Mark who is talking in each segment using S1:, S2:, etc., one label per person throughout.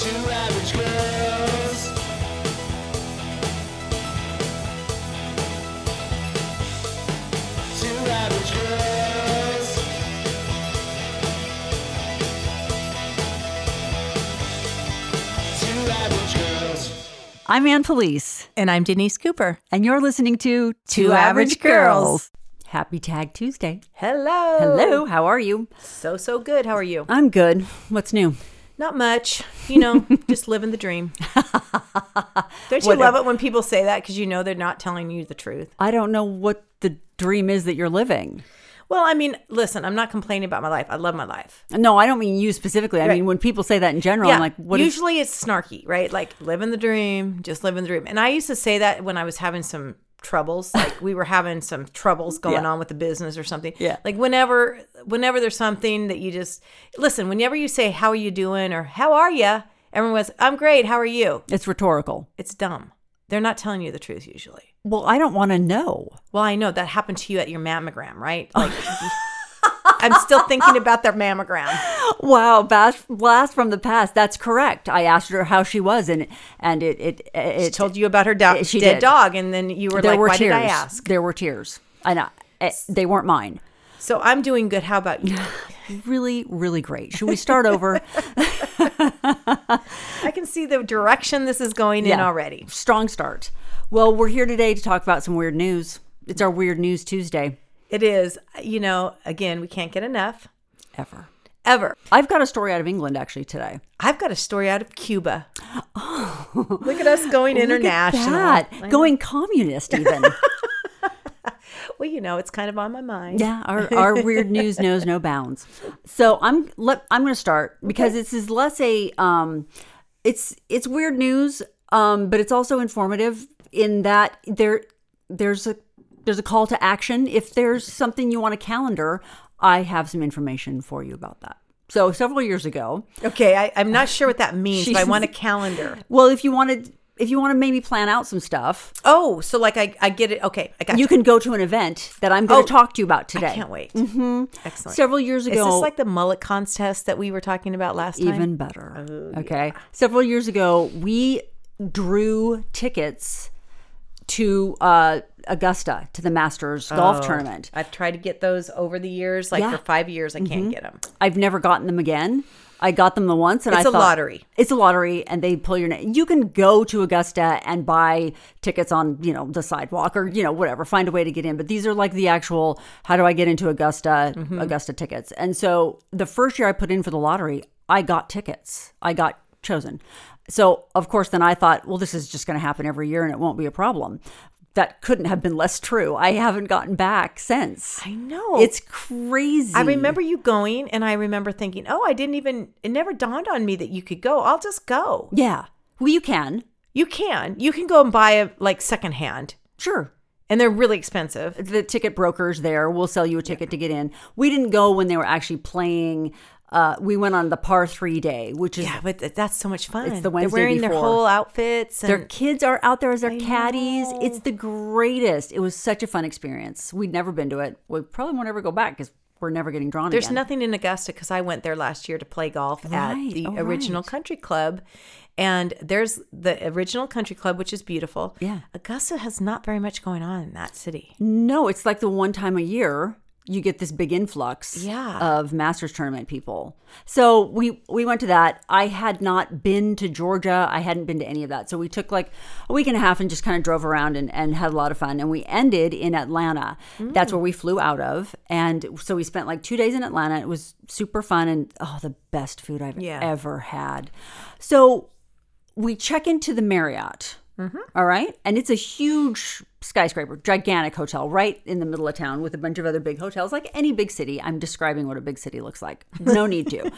S1: Two average girls. Two average girls. Two average girls.
S2: I'm Ann Police,
S3: And I'm Denise Cooper.
S2: and you're listening to
S3: Two Average Girls.
S2: Happy Tag Tuesday.
S3: Hello.
S2: Hello, how are you?
S3: So, so good. How are you?
S2: Oh. I'm good. What's new?
S3: Not much. You know, just living the dream. Don't you love it when people say that because you know they're not telling you the truth?
S2: I don't know what the dream is that you're living.
S3: Well, I mean, listen, I'm not complaining about my life. I love my life.
S2: No, I don't mean you specifically. I
S3: Right.
S2: mean when people say that in general,
S3: yeah.
S2: I'm like, what is
S3: usually it's snarky, right? Like living the dream, just living the dream. And I used to say that when I was having some troubles, like we were having some troubles going
S2: Yeah.
S3: on with the business or something.
S2: Yeah.
S3: Like whenever, whenever there's something that you just listen. Whenever you say, "How are you doing?" or "How are you?" everyone goes, "I'm great. How are you?"
S2: it's rhetorical.
S3: It's dumb. They're not telling you the truth usually.
S2: Well, I don't want to know.
S3: Well, I know that happened to you at your mammogram, right? Like, I'm still thinking about their mammogram.
S2: Wow, bash, blast from the past. That's correct. I asked her how she was, and and it it it,
S3: She told you about her do-
S2: Yeah, she
S3: dead
S2: did.
S3: dog, and then you were
S2: there
S3: like,
S2: were
S3: "Why
S2: tears.
S3: did I ask?"
S2: There were tears, and I, eh, they weren't mine.
S3: So I'm doing good. How about you?
S2: Really, really great. Should we start over?
S3: I can see the direction this is going in
S2: Yeah.
S3: already.
S2: Strong start. Well, we're here today to talk about some weird news. It's our weird news Tuesday.
S3: It is, you know, again, we can't get enough
S2: Ever.
S3: ever.
S2: I've got a story out of England actually today.
S3: I've got a story out of Cuba. Look at us going international.
S2: Oh. Look at that. Going communist even.
S3: Well, you know, it's kind of on my mind.
S2: Yeah, our, our weird news knows no bounds. So I'm let, I'm going to start because this is less a um, it's it's weird news, um, but it's also informative in that there there's a there's a call to action. If there's something you want to calendar, I have some information for you about that. So several years ago,
S3: Okay, I, I'm not sure what that means, but I
S2: She's-
S3: want a calendar.
S2: well, if you wanted if you want to maybe plan out some stuff,
S3: Oh, so like I, I get it. Okay, I got
S2: you can go to an event that I'm going
S3: Oh,
S2: to talk to you about today.
S3: I can't wait.
S2: Mm-hmm.
S3: Excellent.
S2: Several years ago,
S3: Is this like the mullet contest that we were talking about last time? Oh,
S2: Even better. okay. Several years ago, we drew tickets to uh, Augusta to the Masters
S3: Oh.
S2: golf tournament.
S3: I've tried to get those over the years, like
S2: Yeah. Mm-hmm.
S3: for five years, I can't get them.
S2: I've never gotten them again. I got them the once, and
S3: It's
S2: I
S3: a
S2: thought-
S3: lottery.
S2: It's a lottery, and they pull your name. You can go to Augusta and buy tickets on you know the sidewalk or you know whatever. Find a way to get in, but these are like the actual how do I get into Augusta
S3: Mm-hmm.
S2: Augusta tickets. And so the first year I put in for the lottery, I got tickets. I got chosen. So of course, then I thought, well, this is just going to happen every year, and it won't be a problem. That couldn't have been less true. I haven't gotten back since.
S3: I know.
S2: It's crazy.
S3: Oh. I remember you going, and I remember thinking, "Oh, I didn't even. It never dawned on me that you could go. I'll just go.
S2: Yeah. Well, you can.
S3: You can. You can go and buy a like secondhand,
S2: Sure.
S3: and they're really expensive.
S2: The ticket brokers there will sell you a ticket to get in. We didn't go when they were actually playing. Uh, we went on the par three day, which is
S3: Yeah, but th- that's so much fun.
S2: the Wednesday
S3: They're wearing their
S2: before.
S3: whole outfits. And
S2: their kids are out there as their caddies. It's the greatest. It was such a fun experience. We'd never been to it. We probably won't ever go back because we're never getting drawn
S3: There's
S2: again.
S3: nothing in Augusta because I went there last year to play golf
S2: Right,
S3: at the
S2: oh,
S3: original
S2: right.
S3: country club. And there's the original country club, which is beautiful.
S2: Yeah.
S3: Augusta has not very much going on in that city.
S2: No, it's like the one time a year you get this big influx
S3: Yeah.
S2: of masters tournament people. So we we went to that. I had not been to Georgia. I hadn't been to any of that. So we took like a week and a half and just kind of drove around and, and had a lot of fun. And we ended in Atlanta. That's where we flew out of. And so we spent like two days in Atlanta. It was super fun and oh the best food I've
S3: Yeah.
S2: ever had. So we check into the Marriott. all right. And it's a huge skyscraper, gigantic hotel right in the middle of town with a bunch of other big hotels, like any big city. I'm describing what a big city looks like. No need to,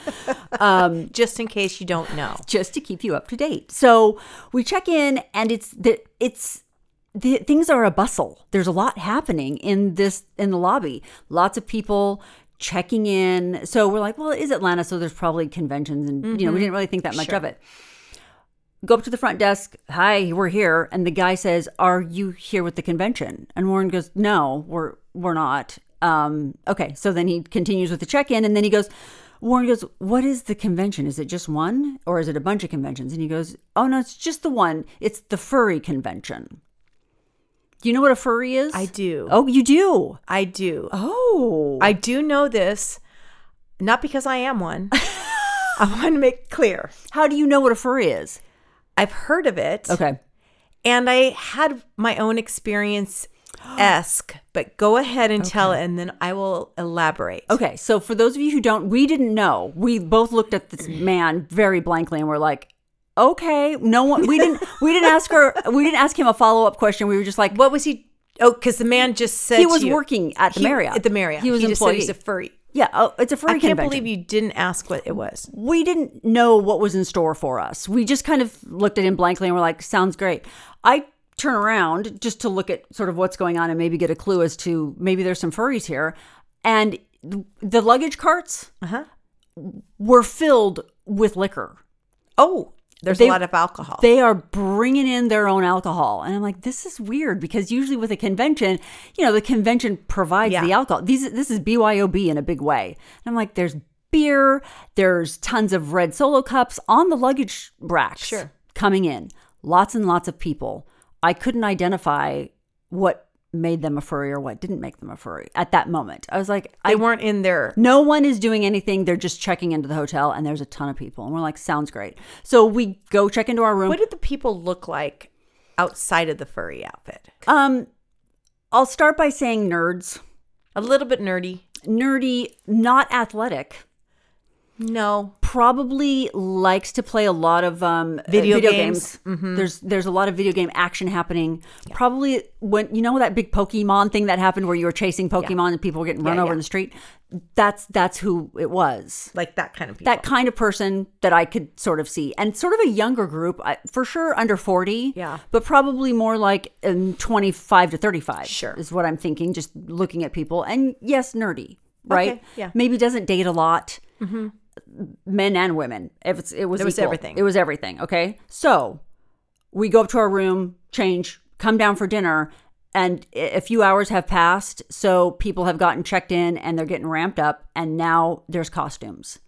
S3: Just in case you don't know.
S2: just to keep you up to date. So we check in, and it's the, it's, the, things are a bustle. There's a lot happening in this in the lobby. Lots of people checking in. So we're like, well, it is Atlanta, so there's probably conventions, and you know, we didn't really think that much of it. go up to the front desk. Hi, we're here. And the guy says, Are you here with the convention? And Warren goes, No, we're we're not. Um, okay. So then he continues with the check-in and then he goes, Warren goes, What is the convention? Is it just one? Or is it a bunch of conventions? And he goes, Oh no, it's just the one. It's the furry convention. Do you know what a furry is?
S3: I do.
S2: Oh, you do?
S3: I do.
S2: Oh.
S3: I do know this, not because I am one. I want to make clear.
S2: How do you know what a furry is?
S3: I've heard of it.
S2: Okay.
S3: And I had my own experience esque, but go ahead and tell it, and then I will elaborate.
S2: Okay, so for those of you who don't, we didn't know. We both looked at this man very blankly and were like, "Okay, no one." We didn't. We didn't ask her. We didn't ask him a follow up question. We were just like,
S3: What was he? Oh, because the man just said
S2: "He
S3: to
S2: was
S3: you-
S2: working at the
S3: He-
S2: Marriott.
S3: At the Marriott.
S2: He was an
S3: just said
S2: employee.
S3: he's a furry.
S2: yeah, oh, it's a furry
S3: I can't
S2: convention.
S3: believe you didn't ask what it was.
S2: we didn't know what was in store for us. We just kind of looked at him blankly and were like, sounds great. I turn around just to look at sort of what's going on and maybe get a clue as to maybe there's some furries here. And th- the luggage carts were filled with liquor.
S3: Oh, there's
S2: They-
S3: a lot of alcohol.
S2: They are bringing in their own alcohol. And I'm like, this is weird because usually with a convention, you know, the convention provides
S3: Yeah.
S2: the alcohol. These this is BYOB in a big way. And I'm like, there's beer, there's tons of red solo cups on the luggage racks
S3: Sure.
S2: coming in. Lots and lots of people. I couldn't identify what made them a furry or what didn't make them a furry at that moment. I was like,
S3: They
S2: I
S3: weren't in there.
S2: no one is doing anything. They're just checking into the hotel, and there's a ton of people. And we're like, sounds great. So we go check into our room.
S3: What did the people look like outside of the furry outfit?
S2: Um, I'll start by saying nerds,
S3: A little bit nerdy.
S2: nerdy, not athletic.
S3: No.
S2: Probably likes to play a lot of um, uh,
S3: Video games. Mm-hmm.
S2: There's there's a lot of video game action happening. Probably when you know that big Pokemon thing that happened where you were chasing Pokemon and people were getting run
S3: Yeah,
S2: over
S3: yeah.
S2: in the street. That's that's who it was.
S3: Like that kind of people.
S2: that kind of person that I could sort of see, and sort of a younger group, I- for sure under forty,
S3: Yeah.
S2: but probably more like um, twenty-five to thirty-five.
S3: Sure.
S2: is what I'm thinking. Just looking at people, and yes, nerdy, right?
S3: yeah. Mm-hmm.
S2: maybe doesn't date a lot. Men and women. If it's, it was
S3: It was
S2: equal.
S3: everything.
S2: It was everything. Okay, so we go up to our room, change, come down for dinner. And i- a few hours have passed, so people have gotten checked in and they're getting ramped up, and now there's costumes.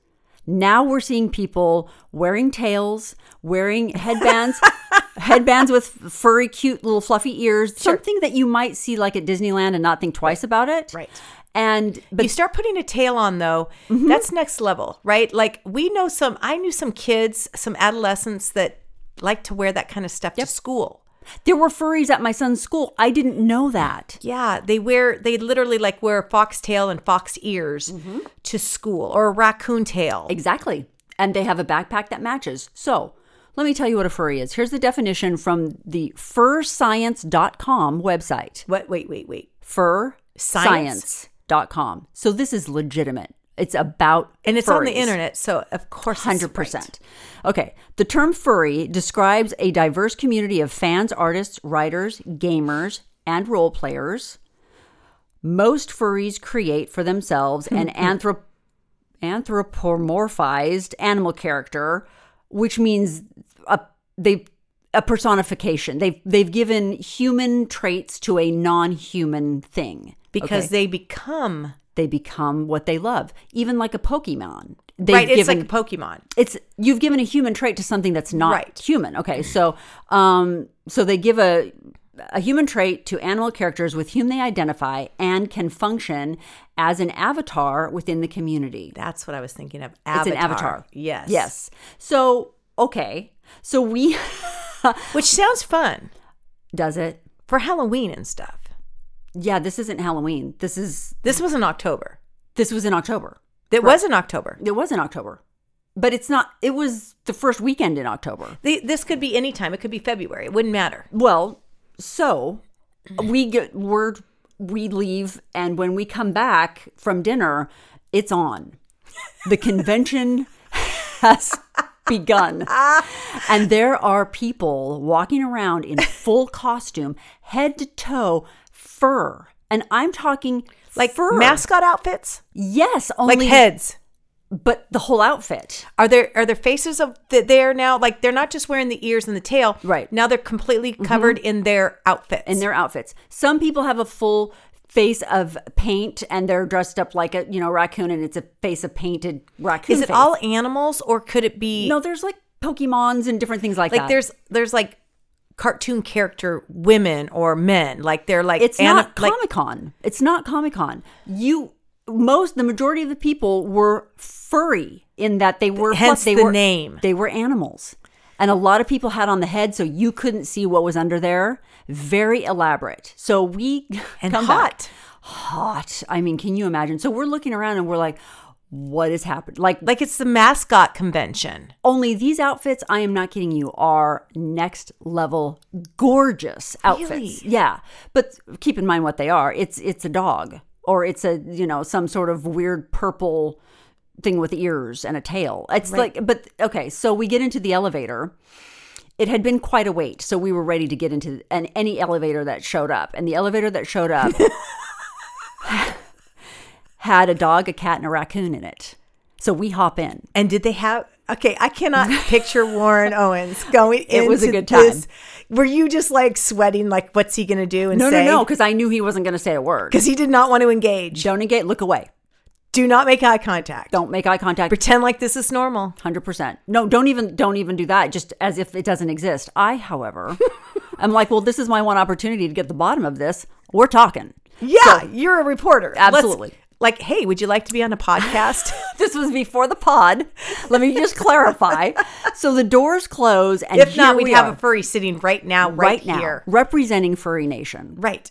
S2: Now we're seeing people wearing tails, wearing headbands, headbands with furry, cute little fluffy ears, something that you might see like at Disneyland and not think twice about it.
S3: Right.
S2: And but
S3: you start putting a tail on though
S2: Mm-hmm.
S3: that's next level right like we know some i knew some kids some adolescents that like to wear that kind of stuff to school
S2: there were furries at my son's school. I didn't know that.
S3: yeah they wear they literally like wear a fox tail and fox ears
S2: Mm-hmm.
S3: to school or a raccoon tail
S2: Exactly. And they have a backpack that matches. So let me tell you what a furry is. Here's the definition from the furscience.com website.
S3: what wait wait wait Science?
S2: Furscience.com. So this is legitimate. It's about
S3: and it's on the
S2: furries.
S3: internet so of course it's
S2: Hundred
S3: right.
S2: percent. Okay. The term furry describes a diverse community of fans, artists, writers, gamers, and role players. Most furries create for themselves an
S3: Mm-hmm.
S2: anthrop- anthropomorphized animal character, which means a they a personification. They've they've given human traits to a non-human thing
S3: because
S2: okay?
S3: they become
S2: they become what they love, even like a Pokemon. They've
S3: right it's
S2: given-
S3: like a pokemon
S2: it's you've given a human trait to something that's not
S3: Right.
S2: human. Okay, so um, so they give a a human trait to animal characters with whom they identify and can function as an avatar within the community.
S3: that's what i was thinking of
S2: It's an avatar.
S3: yes
S2: Yes. So okay, so we
S3: which sounds fun
S2: does it.
S3: for halloween and stuff
S2: Yeah, this isn't Halloween. This is
S3: this was in october
S2: this was in October.
S3: That was in October.
S2: It was in October, but it's not. It was the first weekend in October.
S3: The, this could be any time. It could be February. It wouldn't matter.
S2: Well, so we get word we leave and when we come back from dinner, it's on. The convention has begun. And there are people walking around in full costume, head to toe, fur. And I'm talking
S3: Like
S2: fur.
S3: mascot outfits,
S2: Yes, only
S3: like heads.
S2: but the whole outfit.
S3: Are there are there faces of that there now? Like they're not just wearing the ears and the tail.
S2: Right. Mm-hmm.
S3: Now they're completely covered in their outfits.
S2: in their outfits. Some people have a full face of paint and they're dressed up like a you know raccoon and it's a face of painted raccoon.
S3: is it
S2: face.
S3: all animals or could it be
S2: No, there's like Pokemons and different things like,
S3: like
S2: that.
S3: there's there's like cartoon character women or men like they're like
S2: it's
S3: ana-
S2: not Comic Con. it's not Comic Con. You most the majority of the people were furry in that they were
S3: Hence
S2: they
S3: the
S2: were,
S3: name.
S2: They were animals. And a lot of people had on the head, so you couldn't see what was under there. Very elaborate. So we
S3: and
S2: come back.
S3: hot
S2: hot. I mean, can you imagine? So we're looking around and we're like, what is happening? Like,
S3: like it's the mascot convention
S2: only these outfits, I am not kidding you, are next level gorgeous outfits.
S3: Really?
S2: Yeah. But keep in mind what they are. It's it's a dog or it's a, you know, some sort of weird purple thing with ears and a tail. It's like but okay, so we get into the elevator it had been quite a wait, so we were ready to get into and any elevator that showed up. And the elevator that showed up had a dog, a cat, and a raccoon in it. So we hop in.
S3: and did they have okay i cannot picture warren owens going
S2: It was a
S3: into
S2: good time.
S3: this. were you just like sweating like what's he gonna do and
S2: No,
S3: say
S2: no, no, because I knew he wasn't going to say a word.
S3: because he did not want to engage
S2: Don't engage. Look away.
S3: do not make eye contact
S2: Don't make eye contact.
S3: pretend like this is normal
S2: Hundred percent. No, don't even don't even do that. Just as if it doesn't exist. I, however, am like, well, this is my one opportunity to get the bottom of this. We're talking.
S3: yeah you're a reporter Let's-
S2: Absolutely.
S3: like hey would you like to be on a podcast
S2: This was before the pod. Let me just clarify. So the doors close, and
S3: if not
S2: here
S3: we'd
S2: we
S3: have
S2: are.
S3: a furry sitting right now right,
S2: right now
S3: here
S2: representing furry nation
S3: right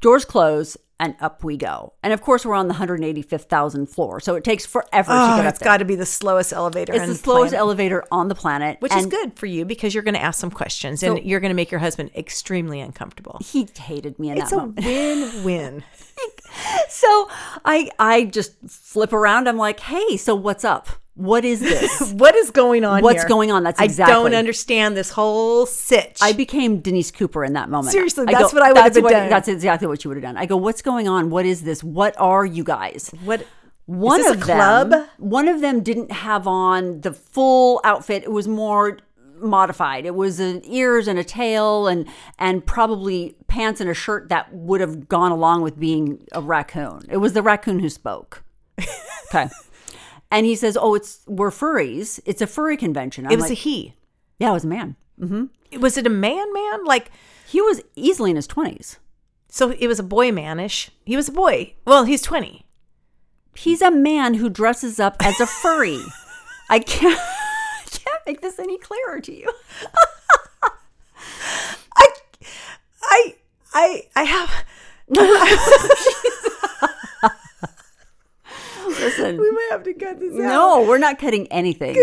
S2: doors close and up we go and of course we're on the 185000 floor so it takes forever to
S3: Oh,
S2: get up
S3: it's
S2: there
S3: got to be the slowest elevator.
S2: it's
S3: in
S2: the slowest
S3: planet,
S2: elevator on the planet
S3: which is
S2: and
S3: good for you because you're going to ask some questions and you're going to make your husband extremely uncomfortable.
S2: he hated me in
S3: It's
S2: that
S3: a
S2: moment
S3: win-win.
S2: so i i just flip around i'm like hey so what's up what is this
S3: what is going on?
S2: What's
S3: here?
S2: going on? That's
S3: I don't
S2: exactly-
S3: understand this whole sitch.
S2: I became Denise Cooper in that moment.
S3: Seriously,
S2: go,
S3: that's what I would have
S2: "That's
S3: been
S2: what-
S3: done."
S2: That's exactly what you would have done. I go, "What's going on? What is this? What are you guys?"
S3: what?
S2: One
S3: this a
S2: of them,
S3: club?
S2: one of them didn't have on the full outfit. It was more modified. It was an ears and a tail and and probably pants and a shirt that would have gone along with being a raccoon. It was the raccoon who spoke. Okay. and he says, "Oh, it's we're furries. It's a furry convention." I'm
S3: It was a
S2: like,
S3: he.
S2: "Yeah, it was a man. Mm-hmm.
S3: Was it a man? Man? Like
S2: He was easily in his 20s.
S3: so? It was a boy manish. He was a boy. Well, he's twenty.
S2: He's a man who dresses up as a furry. I can't I can't make this any clearer to you.
S3: I, I, I, I have.
S2: Listen.
S3: We might have to cut this out.
S2: No, we're not cutting anything.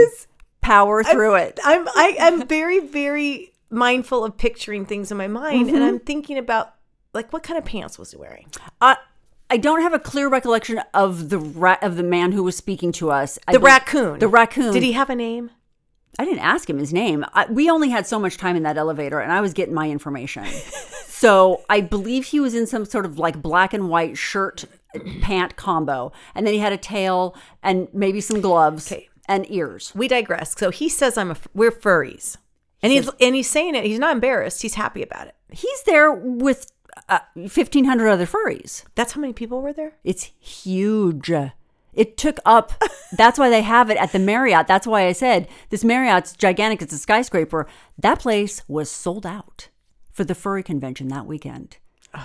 S2: Power through it.
S3: I'm I, I'm very very mindful of picturing things in my mind,
S2: Mm-hmm.
S3: and I'm thinking about like what kind of pants was he wearing?
S2: I, I don't have a clear recollection of the ra- of the man who was speaking to us. I
S3: The
S2: bel-
S3: raccoon.
S2: The raccoon.
S3: Did he have a name?
S2: I didn't ask him his name. I, we only had so much time in that elevator, and I was getting my information. so I believe he was in some sort of like black and white shirt pant combo, and then he had a tail and maybe some gloves
S3: Okay.
S2: and ears.
S3: We digress. So he says I'm a f- we're furries, and he's and he's saying it. He's not embarrassed. He's happy about it.
S2: He's there with uh, fifteen hundred other furries.
S3: That's how many people were there.
S2: It's huge. It took up. That's why they have it at the Marriott. That's why I said this Marriott's gigantic. It's a skyscraper. That place was sold out for the furry convention that weekend.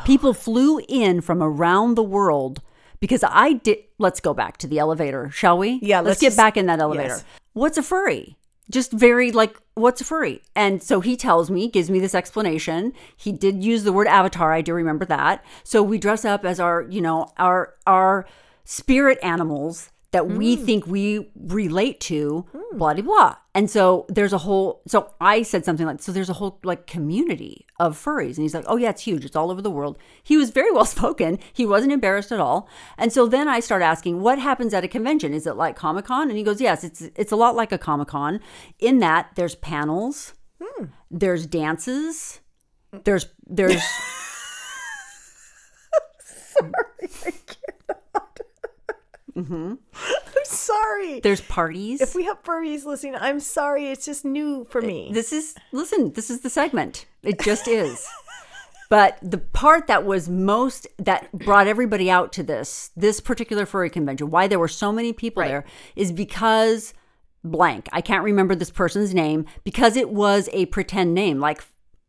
S2: People flew in from around the world because I did. Let's go back to the elevator, shall we?
S3: Yeah,
S2: Let's,
S3: let's
S2: get
S3: just-
S2: back in that elevator.
S3: yes.
S2: What's a furry? Just very like, what's a furry? And so he tells me, gives me this explanation. He did use the word avatar. I do remember that. So we dress up as our, you know, our our spirit animals that we think we relate to, blah de blah. And so there's a whole. So I said something like, so there's a whole like community of furries, and he's like, oh yeah, it's huge. It's all over the world. He was very well spoken. He wasn't embarrassed at all. And so then I start asking, what happens at a convention? Is it like Comic Con? And he goes, yes, it's it's a lot like a Comic Con, in that there's panels, there's dances, there's there's.
S3: sorry.
S2: There's parties.
S3: if we have furries listening, I'm sorry. It's just new for me.
S2: this is listen this is the segment it just is but the part that was most that brought everybody out to this this particular furry convention why there were so many people there is because blank i can't remember this person's name because it was a pretend name like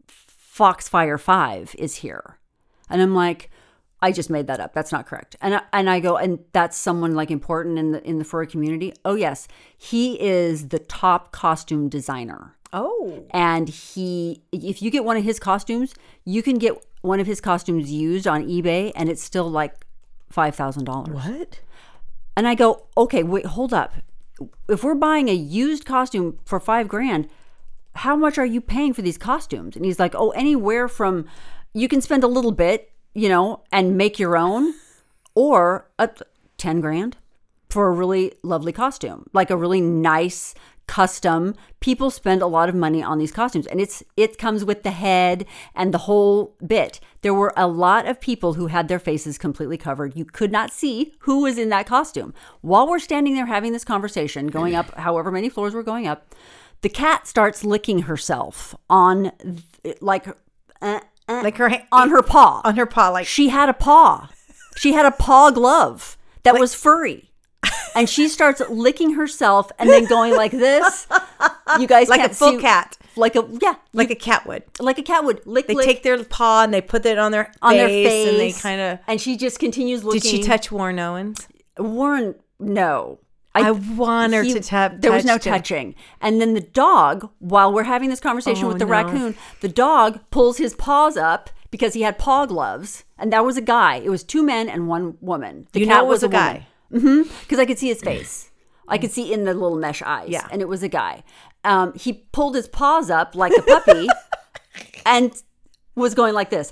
S2: foxfire 5 is here and i'm like i just made that up that's not correct and I, and i go and that's someone like important in the in the furry community oh yes he is the top costume designer
S3: oh,
S2: and he if you get one of his costumes you can get one of his costumes used on ebay and it's still like $5000
S3: what?
S2: and i go okay wait hold up if we're buying a used costume for five grand how much are you paying for these costumes and he's like oh anywhere from you can spend a little bit you know and make your own or up to 10 grand for a really lovely costume like a really nice custom people spend a lot of money on these costumes and it's it comes with the head and the whole bit there were a lot of people who had their faces completely covered you could not see who was in that costume while we're standing there having this conversation going up however many floors we're going up the cat starts licking herself on th- like uh, uh,
S3: Like her ha-
S2: on her paw
S3: on her paw, like
S2: she had a paw. She had a paw glove that was furry. And she starts licking herself and then going like this. You guys
S3: Like a
S2: can't
S3: full
S2: see-
S3: cat.
S2: Like a yeah,
S3: like a cat would.
S2: like a cat would lick
S3: They
S2: lick
S3: take their paw and they put it on their
S2: on
S3: face,
S2: their face
S3: and they kind of.
S2: and she just continues looking.
S3: Did she touch Warren Owens?
S2: Warren? No.
S3: I, want her
S2: he-
S3: to tap.
S2: There was no
S3: touched him.
S2: touching. And then the dog, while we're having this conversation
S3: Oh,
S2: with the
S3: no.
S2: raccoon, the dog pulls his paws up because he had paw gloves, and that was a guy. It was two men and one woman. The
S3: You know, it was a guy.
S2: because I could see his face. I could see in the little mesh eyes.
S3: Yeah.
S2: and it was a guy. Um, he pulled his paws up like a puppy, and was going like this.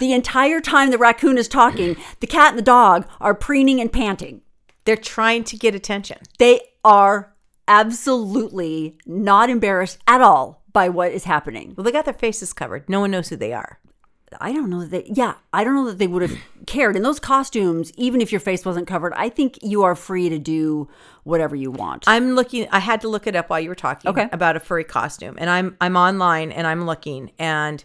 S2: The entire time the raccoon is talking, the cat and the dog are preening and panting
S3: They're trying to get attention.
S2: they are absolutely not embarrassed at all by what is happening.
S3: Well, they got their faces covered. No one knows who they are.
S2: I don't know that they, yeah, I don't know that they would have cared. In those costumes, even if your face wasn't covered, I think you are free to do whatever you want.
S3: I'm looking. I had to look it up while you were talking
S2: Okay.
S3: about a furry costume, and I'm I'm online and I'm looking, and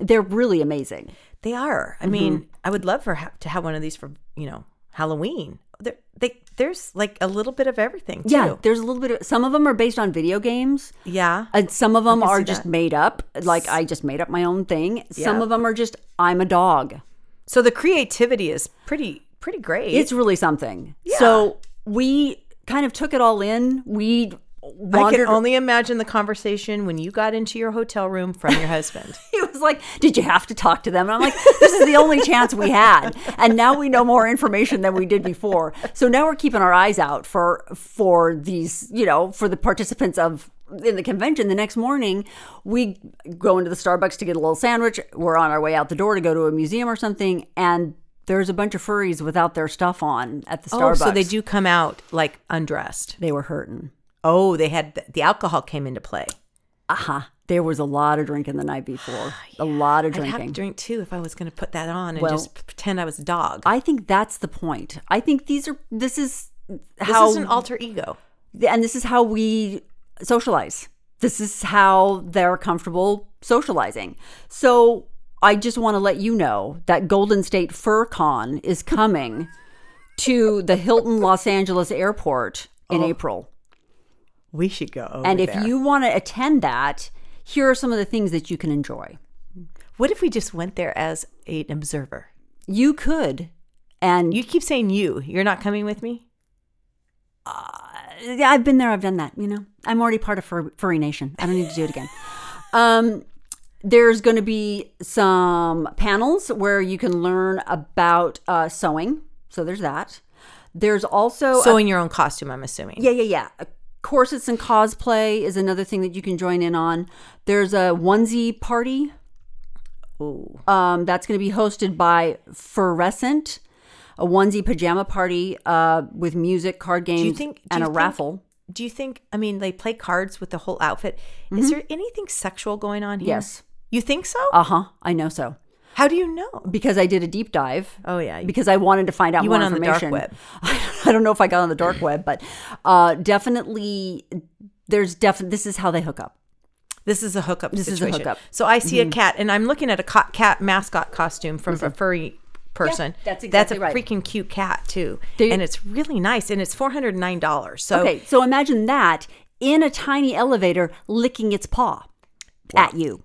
S2: They're really amazing.
S3: they are. I mean, I would love for ha- to have one of these for you know Halloween. There, they there's like a little bit of everything. Too.
S2: Yeah, there's a little bit of some of them are based on video games.
S3: yeah.
S2: And some of them
S3: can
S2: are
S3: see
S2: just
S3: that.
S2: made up. Like I just made up my own thing. Some
S3: Yeah.
S2: of them are just I'm a dog.
S3: So the creativity is pretty pretty great.
S2: It's really something. So we kind of took it all in. We
S3: I
S2: wandered
S3: can only imagine the conversation when you got into your hotel room from your husband.
S2: he was like, "Did you have to talk to them?" And I'm like, "This is the only chance we had." And now we know more information than we did before. So now we're keeping our eyes out for for these, you know, for the participants of in the convention the next morning we go into the starbucks to get a little sandwich we're on our way out the door to go to a museum or something and there's a bunch of furries without their stuff on at the starbucks
S3: Oh, so they do come out like undressed.
S2: they were hurting
S3: Oh, they had the, the alcohol came into play.
S2: uh-huh there was a lot of drinking the night before a lot of
S3: I'd
S2: drinking
S3: have to drink too if I was going to put that on and
S2: Well-
S3: just p- pretend I was a dog.
S2: I think that's the point. I think these are this is
S3: this
S2: how
S3: is an alter ego.
S2: and this is how we socialize. This is how they're comfortable socializing. So I just want to let you know that Golden State Fur Con is coming to the Hilton Los Angeles Airport in April.
S3: We should go over
S2: And if
S3: Oh, there.
S2: you want to attend that, here are some of the things that you can enjoy.
S3: what if we just went there as an observer?
S2: You could and
S3: You keep saying you. You're not coming with me.
S2: yeah, I've been there. I've done that. You know, I'm already part of fur- furry nation. I don't need to do it again. Um, there's going to be some panels where you can learn about uh, sewing. So there's that. There's also
S3: So in your own costume, I'm assuming.
S2: yeah, yeah, yeah. Uh, Corsets and cosplay is another thing that you can join in on. There's a onesie party.
S3: Ooh.
S2: Um, that's going to be hosted by Fluorescent, a onesie pajama party uh, with music, card games,
S3: think- do
S2: and
S3: you
S2: a
S3: think-
S2: raffle.
S3: Do you think? I mean, they play cards with the whole Mm-hmm. outfit. Is there anything sexual going on here?
S2: Yes.
S3: You think so?
S2: Uh huh. Uh-huh, I know so.
S3: How do you know?
S2: because I did a deep dive.
S3: Oh, yeah.
S2: because I wanted to find out
S3: You
S2: more
S3: went on the dark
S2: information.
S3: web.
S2: I don't know if I got on the dark web, but uh, definitely there's definitely this is how they hook up.
S3: This is a hookup
S2: This is a
S3: situation.
S2: hookup. Mm-hmm.
S3: So I see a cat, and I'm looking at a co- cat mascot costume from a furry person.
S2: that's
S3: that's a
S2: exactly right.
S3: freaking cute cat too,
S2: They-
S3: and it's really nice, and it's four hundred nine dollars. So
S2: Okay, so imagine that in a tiny elevator licking its paw at you.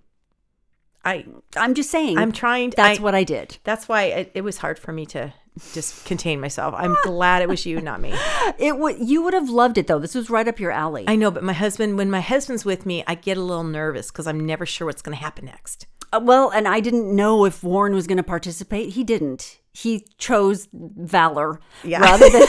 S3: I
S2: I'm just saying.
S3: I'm trying.
S2: That's
S3: I-
S2: what I did.
S3: That's why it, it was hard for me to just contain myself. I'm glad it was you, not me.
S2: It would you would have loved it though. This was right up your alley.
S3: I know, but my husband, when my husband's with me, I get a little nervous because I'm never sure what's going to happen next.
S2: Uh, well, and I didn't know if Warren was going to participate. He didn't. He chose valor rather than.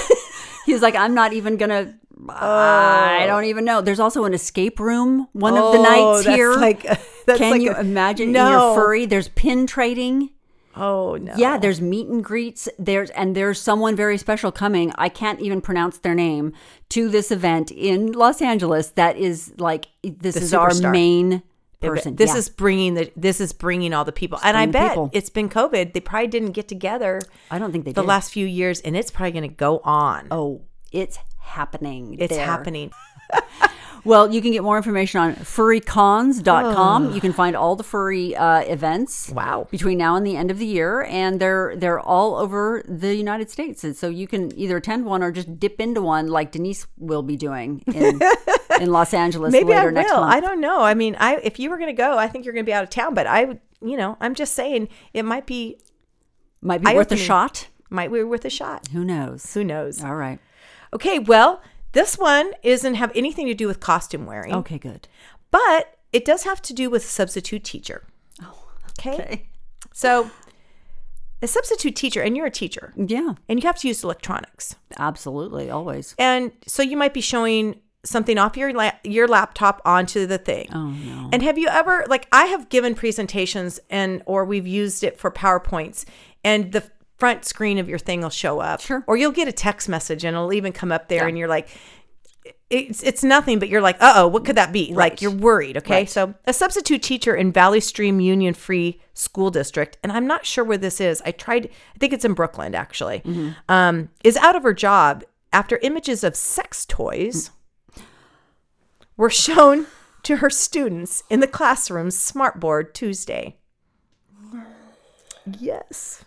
S2: he was like, I'm not even going to.
S3: Oh.
S2: I don't even know. There's also an escape room one of the nights
S3: that's
S2: here.
S3: like- that's
S2: Can
S3: like
S2: you
S3: a-
S2: imagine? In
S3: No.
S2: your furry, there's pin trading.
S3: Oh no!
S2: Yeah, there's meet and greets. There's and there's someone very special coming. I can't even pronounce their name to this event in Los Angeles. That is like this is
S3: superstar.
S2: our main
S3: But
S2: person.
S3: This
S2: Yeah.
S3: is bringing the this is bringing all the people, and I
S2: bringing
S3: bet
S2: people.
S3: it's been COVID. They probably didn't get together
S2: I don't think they
S3: the
S2: did.
S3: last few years, and it's probably going to go on.
S2: Oh, it's happening.
S3: it's
S2: there.
S3: happening.
S2: Well, you can get more information on furrycons.com. You can find all the furry uh, events.
S3: Wow.
S2: Between now and the end of the year, and they're they're all over the United States, and so you can either attend one or just dip into one, like Denise will be doing in, in Los Angeles
S3: Maybe
S2: later
S3: I will.
S2: next month.
S3: I don't know. I mean, I if you were going to go, I think you're going to be out of town. But I, would, you know, I'm just saying it might be
S2: Might be worth a
S3: eye-opening.
S2: shot.
S3: might be worth a shot.
S2: Who knows?
S3: Who knows?
S2: All right.
S3: Okay, well, this one isn't have anything to do with costume wearing,
S2: Okay. Good.
S3: but it does have to do with substitute teacher. Oh, okay.
S2: Okay.
S3: So, a substitute teacher, and you're a teacher,
S2: Yeah.
S3: and you have to use electronics.
S2: Absolutely. Always.
S3: And so you might be showing something off your la- your laptop onto the thing.
S2: Oh no.
S3: And have you ever like I have given presentations and or we've used it for PowerPoints and the front screen of your thing will show up.
S2: Sure.
S3: Or you'll get a text message and it'll even come up there and you're like it's it's nothing, but you're like, uh oh, what could that be? Like you're worried, okay? So a substitute teacher in Valley Stream Union Free School District, and I'm not sure where this is. I tried, I think it's in Brooklyn actually. Um, is out of her job after images of sex toys were shown to her students in the classroom's smartboard Tuesday. Yes.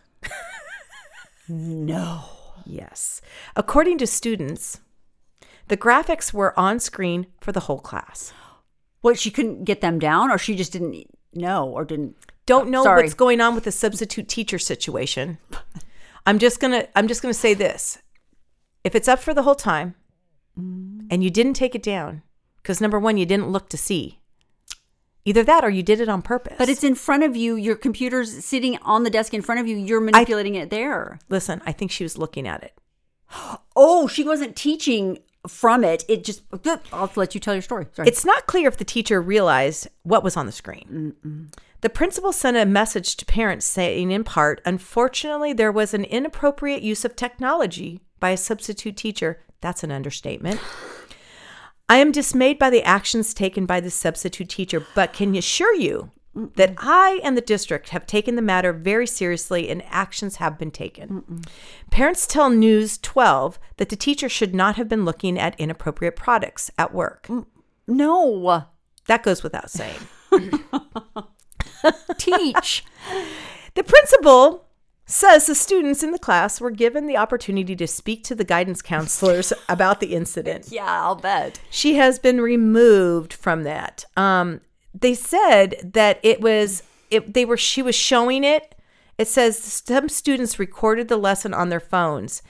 S2: No.
S3: Yes. According to students, the graphics were on screen for the whole class.
S2: What? She couldn't get them down, or she just didn't know, or didn't.
S3: Don't know
S2: Sorry.
S3: what's going on with the substitute teacher situation. I'm just going to I'm just going to say this. If it's up for the whole time and you didn't take it down cuz number 1 you didn't look to see. Either that or you did it on purpose.
S2: But it's in front of you. Your computer's sitting on the desk in front of you. You're manipulating it there.
S3: listen, I think she was looking at it.
S2: Oh, she wasn't teaching from it. It just. I'll let you tell your story. Sorry.
S3: It's not clear if the teacher realized what was on the screen. The principal sent a message to parents saying, in part, unfortunately, there was an inappropriate use of technology by a substitute teacher. That's an understatement. I am dismayed by the actions taken by the substitute teacher, but can assure you that I and the district have taken the matter very seriously and actions have been taken. Parents tell News 12 that the teacher should not have been looking at inappropriate products at work.
S2: no.
S3: That goes without saying.
S2: Teach.
S3: The principal says the students in the class were given the opportunity to speak to the guidance counselors about the incident.
S2: yeah, I'll bet.
S3: She has been removed from that. Um, they said that it was it, they were she was showing it. It says some students recorded the lesson on their phones.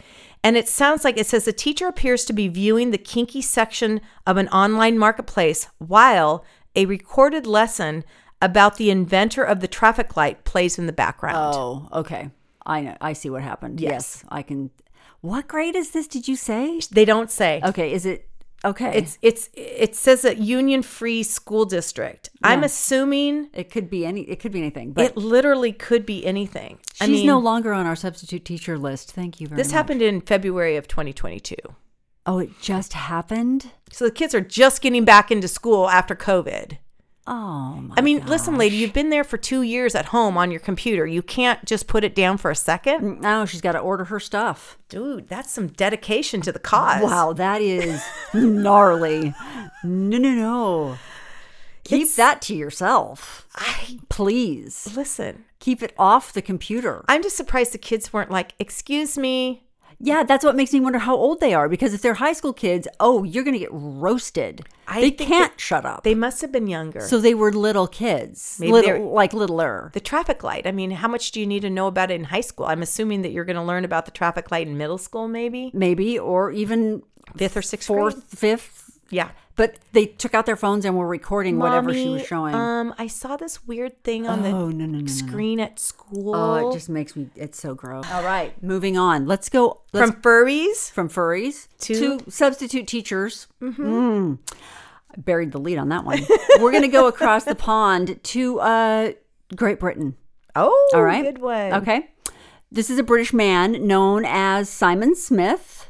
S3: And it sounds like it says the teacher appears to be viewing the kinky section of an online marketplace while a recorded lesson about the inventor of the traffic light plays in the background.
S2: Oh, okay. I know. I see what happened. Yes, I can. What grade is this? Did you say?
S3: They don't say.
S2: Okay. Is it? Okay.
S3: It's it's it says a union free school district. I'm assuming
S2: It could be any. It could be anything. But
S3: it literally could be anything. I
S2: she's
S3: mean,
S2: no longer on our substitute teacher list. Thank you very
S3: this
S2: much.
S3: happened in February of 2022.
S2: Oh, it just happened.
S3: So the kids are just getting back into school after COVID.
S2: Oh my
S3: I mean, listen, lady, you've been there for two years at home on your computer. You can't just put it down for a second.
S2: now Oh, she's got to order her stuff.
S3: Dude, that's some dedication to the cause.
S2: Wow, that is gnarly. No, no, no. Keep that to yourself.
S3: I
S2: Please.
S3: listen.
S2: Keep it off the computer.
S3: I'm just surprised the kids weren't like, "Excuse me."
S2: Yeah, that's what makes me wonder how old they are because if they're high school kids, oh, you're going to get roasted.
S3: I
S2: they
S3: think that-
S2: can't shut up.
S3: They must have been younger.
S2: so they were little kids,
S3: Maybe
S2: little,
S3: they're-
S2: like littler.
S3: the traffic light. I mean, how much do you need to know about it in high school? I'm assuming that you're going to learn about the traffic light in middle school, maybe
S2: maybe, or even
S3: fifth or sixth
S2: fourth,
S3: grade.
S2: fifth.
S3: Yeah.
S2: But they took out their phones and were recording whatever she was
S3: Mommy,
S2: showing.
S3: Um, I saw this weird thing on the
S2: Oh, no, no, no, no.
S3: screen at school.
S2: oh, it just makes me, it's so gross. All right. Moving on. Let's go let's,
S3: from furries.
S2: from, furries
S3: To-
S2: substitute teachers. Mm-hmm. I buried the lead on that one. we're going to go across the pond to uh, Great Britain.
S3: Oh,
S2: All right.
S3: good one.
S2: Okay. This is a British man known as Simon Smith.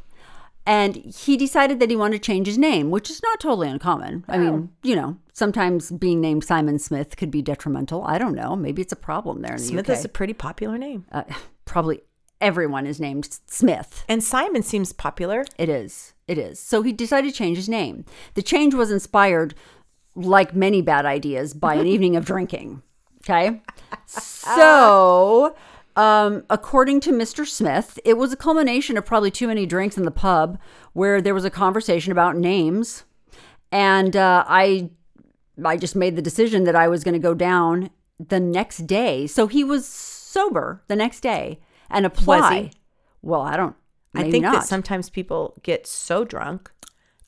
S2: And he decided that he wanted to change his name, which is not totally uncommon. I mean, you know, sometimes being named Simon Smith could be detrimental. I don't know. Maybe it's a problem there in the
S3: Smith
S2: UK.
S3: is a pretty popular name,
S2: uh, probably everyone is named S- Smith.
S3: and Simon seems popular.
S2: It is. It is. So he decided to change his name. The change was inspired, like many bad ideas, by an evening of drinking. Okay. So, um, according to Mr. Smith, it was a culmination of probably too many drinks in the pub where there was a conversation about names. And uh, I I just made the decision that I was going to go down the next day. So he was sober the next day and apply. Well, I don't.
S3: I
S2: maybe
S3: think
S2: not.
S3: that sometimes people get so drunk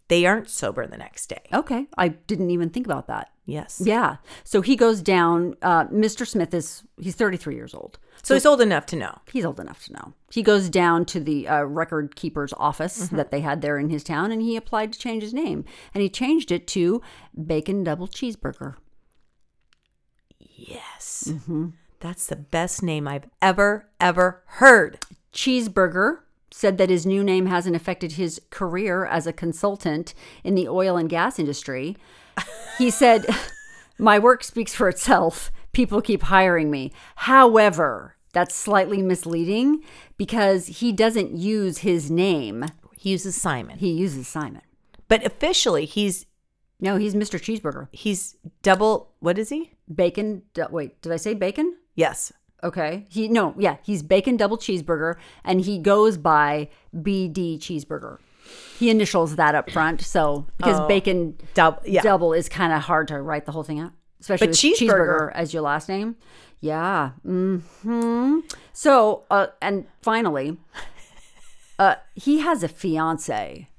S3: they aren't sober the next day.
S2: Okay, I didn't even think about that.
S3: Yes.
S2: Uh, Yeah, so he goes down. Uh, Mr. Smith is he's 33 years old.
S3: So he's old enough to know.
S2: He's old enough to know. He goes down to the uh, record keeper's office that they had there in his town, and he applied to change his name, and he changed it to Bacon Double Cheeseburger.
S3: Yes.
S2: Mm-hmm.
S3: That's the best name I've ever, ever heard.
S2: Cheeseburger said that his new name hasn't affected his career as a consultant in the oil and gas industry. He said, My work speaks for itself. People keep hiring me. However, that's slightly misleading because he doesn't use his name,
S3: He uses Simon.
S2: he uses Simon.
S3: But officially he's
S2: No, he's Mr. Cheeseburger.
S3: he's double what is he?
S2: Bacon. du- Wait, did I say bacon?
S3: Yes.
S2: Okay. He no, yeah, he's bacon double cheeseburger and he goes by BD cheeseburger. He initials that up front, so because bacon
S3: Double Oh. yeah.
S2: double is kind of hard to write the whole thing out, especially
S3: But
S2: with
S3: cheeseburger-
S2: cheeseburger. as your last name. Yeah. Mhm. So, uh, and finally, uh, he has a fiance.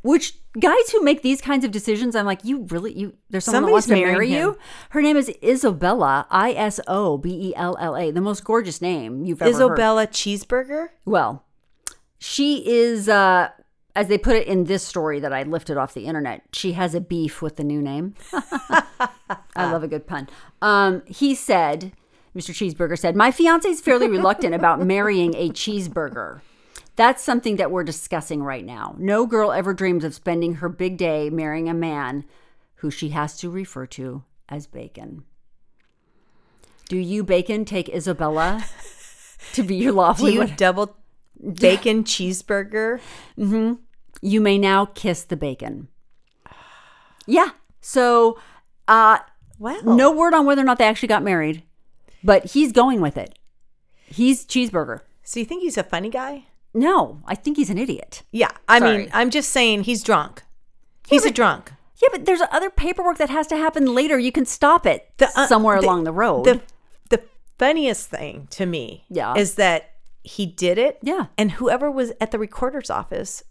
S2: Which guys who make these kinds of decisions, I'm like, you really, you there's someone
S3: Somebody's
S2: that wants to
S3: marrying
S2: marry
S3: him.
S2: you. Her name is Isabella, I S O B E L L A, the most gorgeous name you've ever heard.
S3: Isabella Cheeseburger?
S2: Well, she is, uh, as they put it in this story that I lifted off the internet, she has a beef with the new name. I love a good pun. Um, he said, Mr. Cheeseburger said, My fiance is fairly reluctant about marrying a cheeseburger. That's something that we're discussing right now. No girl ever dreams of spending her big day marrying a man who she has to refer to as bacon. Do you, bacon, take Isabella to be your lawful
S3: Do you double bacon cheeseburger?
S2: Mm-hmm. you may now kiss the bacon. Yeah. So, uh,
S3: Wow.
S2: no word on whether or not they actually got married, but he's going with it. He's cheeseburger.
S3: So you think he's a funny guy?
S2: No, I think he's an idiot.
S3: Yeah. I mean,
S2: Sorry.
S3: I'm just saying he's drunk. He's a drunk.
S2: Yeah, but there's other paperwork that has to happen later. You can stop it
S3: uh,
S2: somewhere along the road.
S3: The the funniest thing to me
S2: Yeah.
S3: is that he did it.
S2: Yeah.
S3: And whoever was at the recorder's office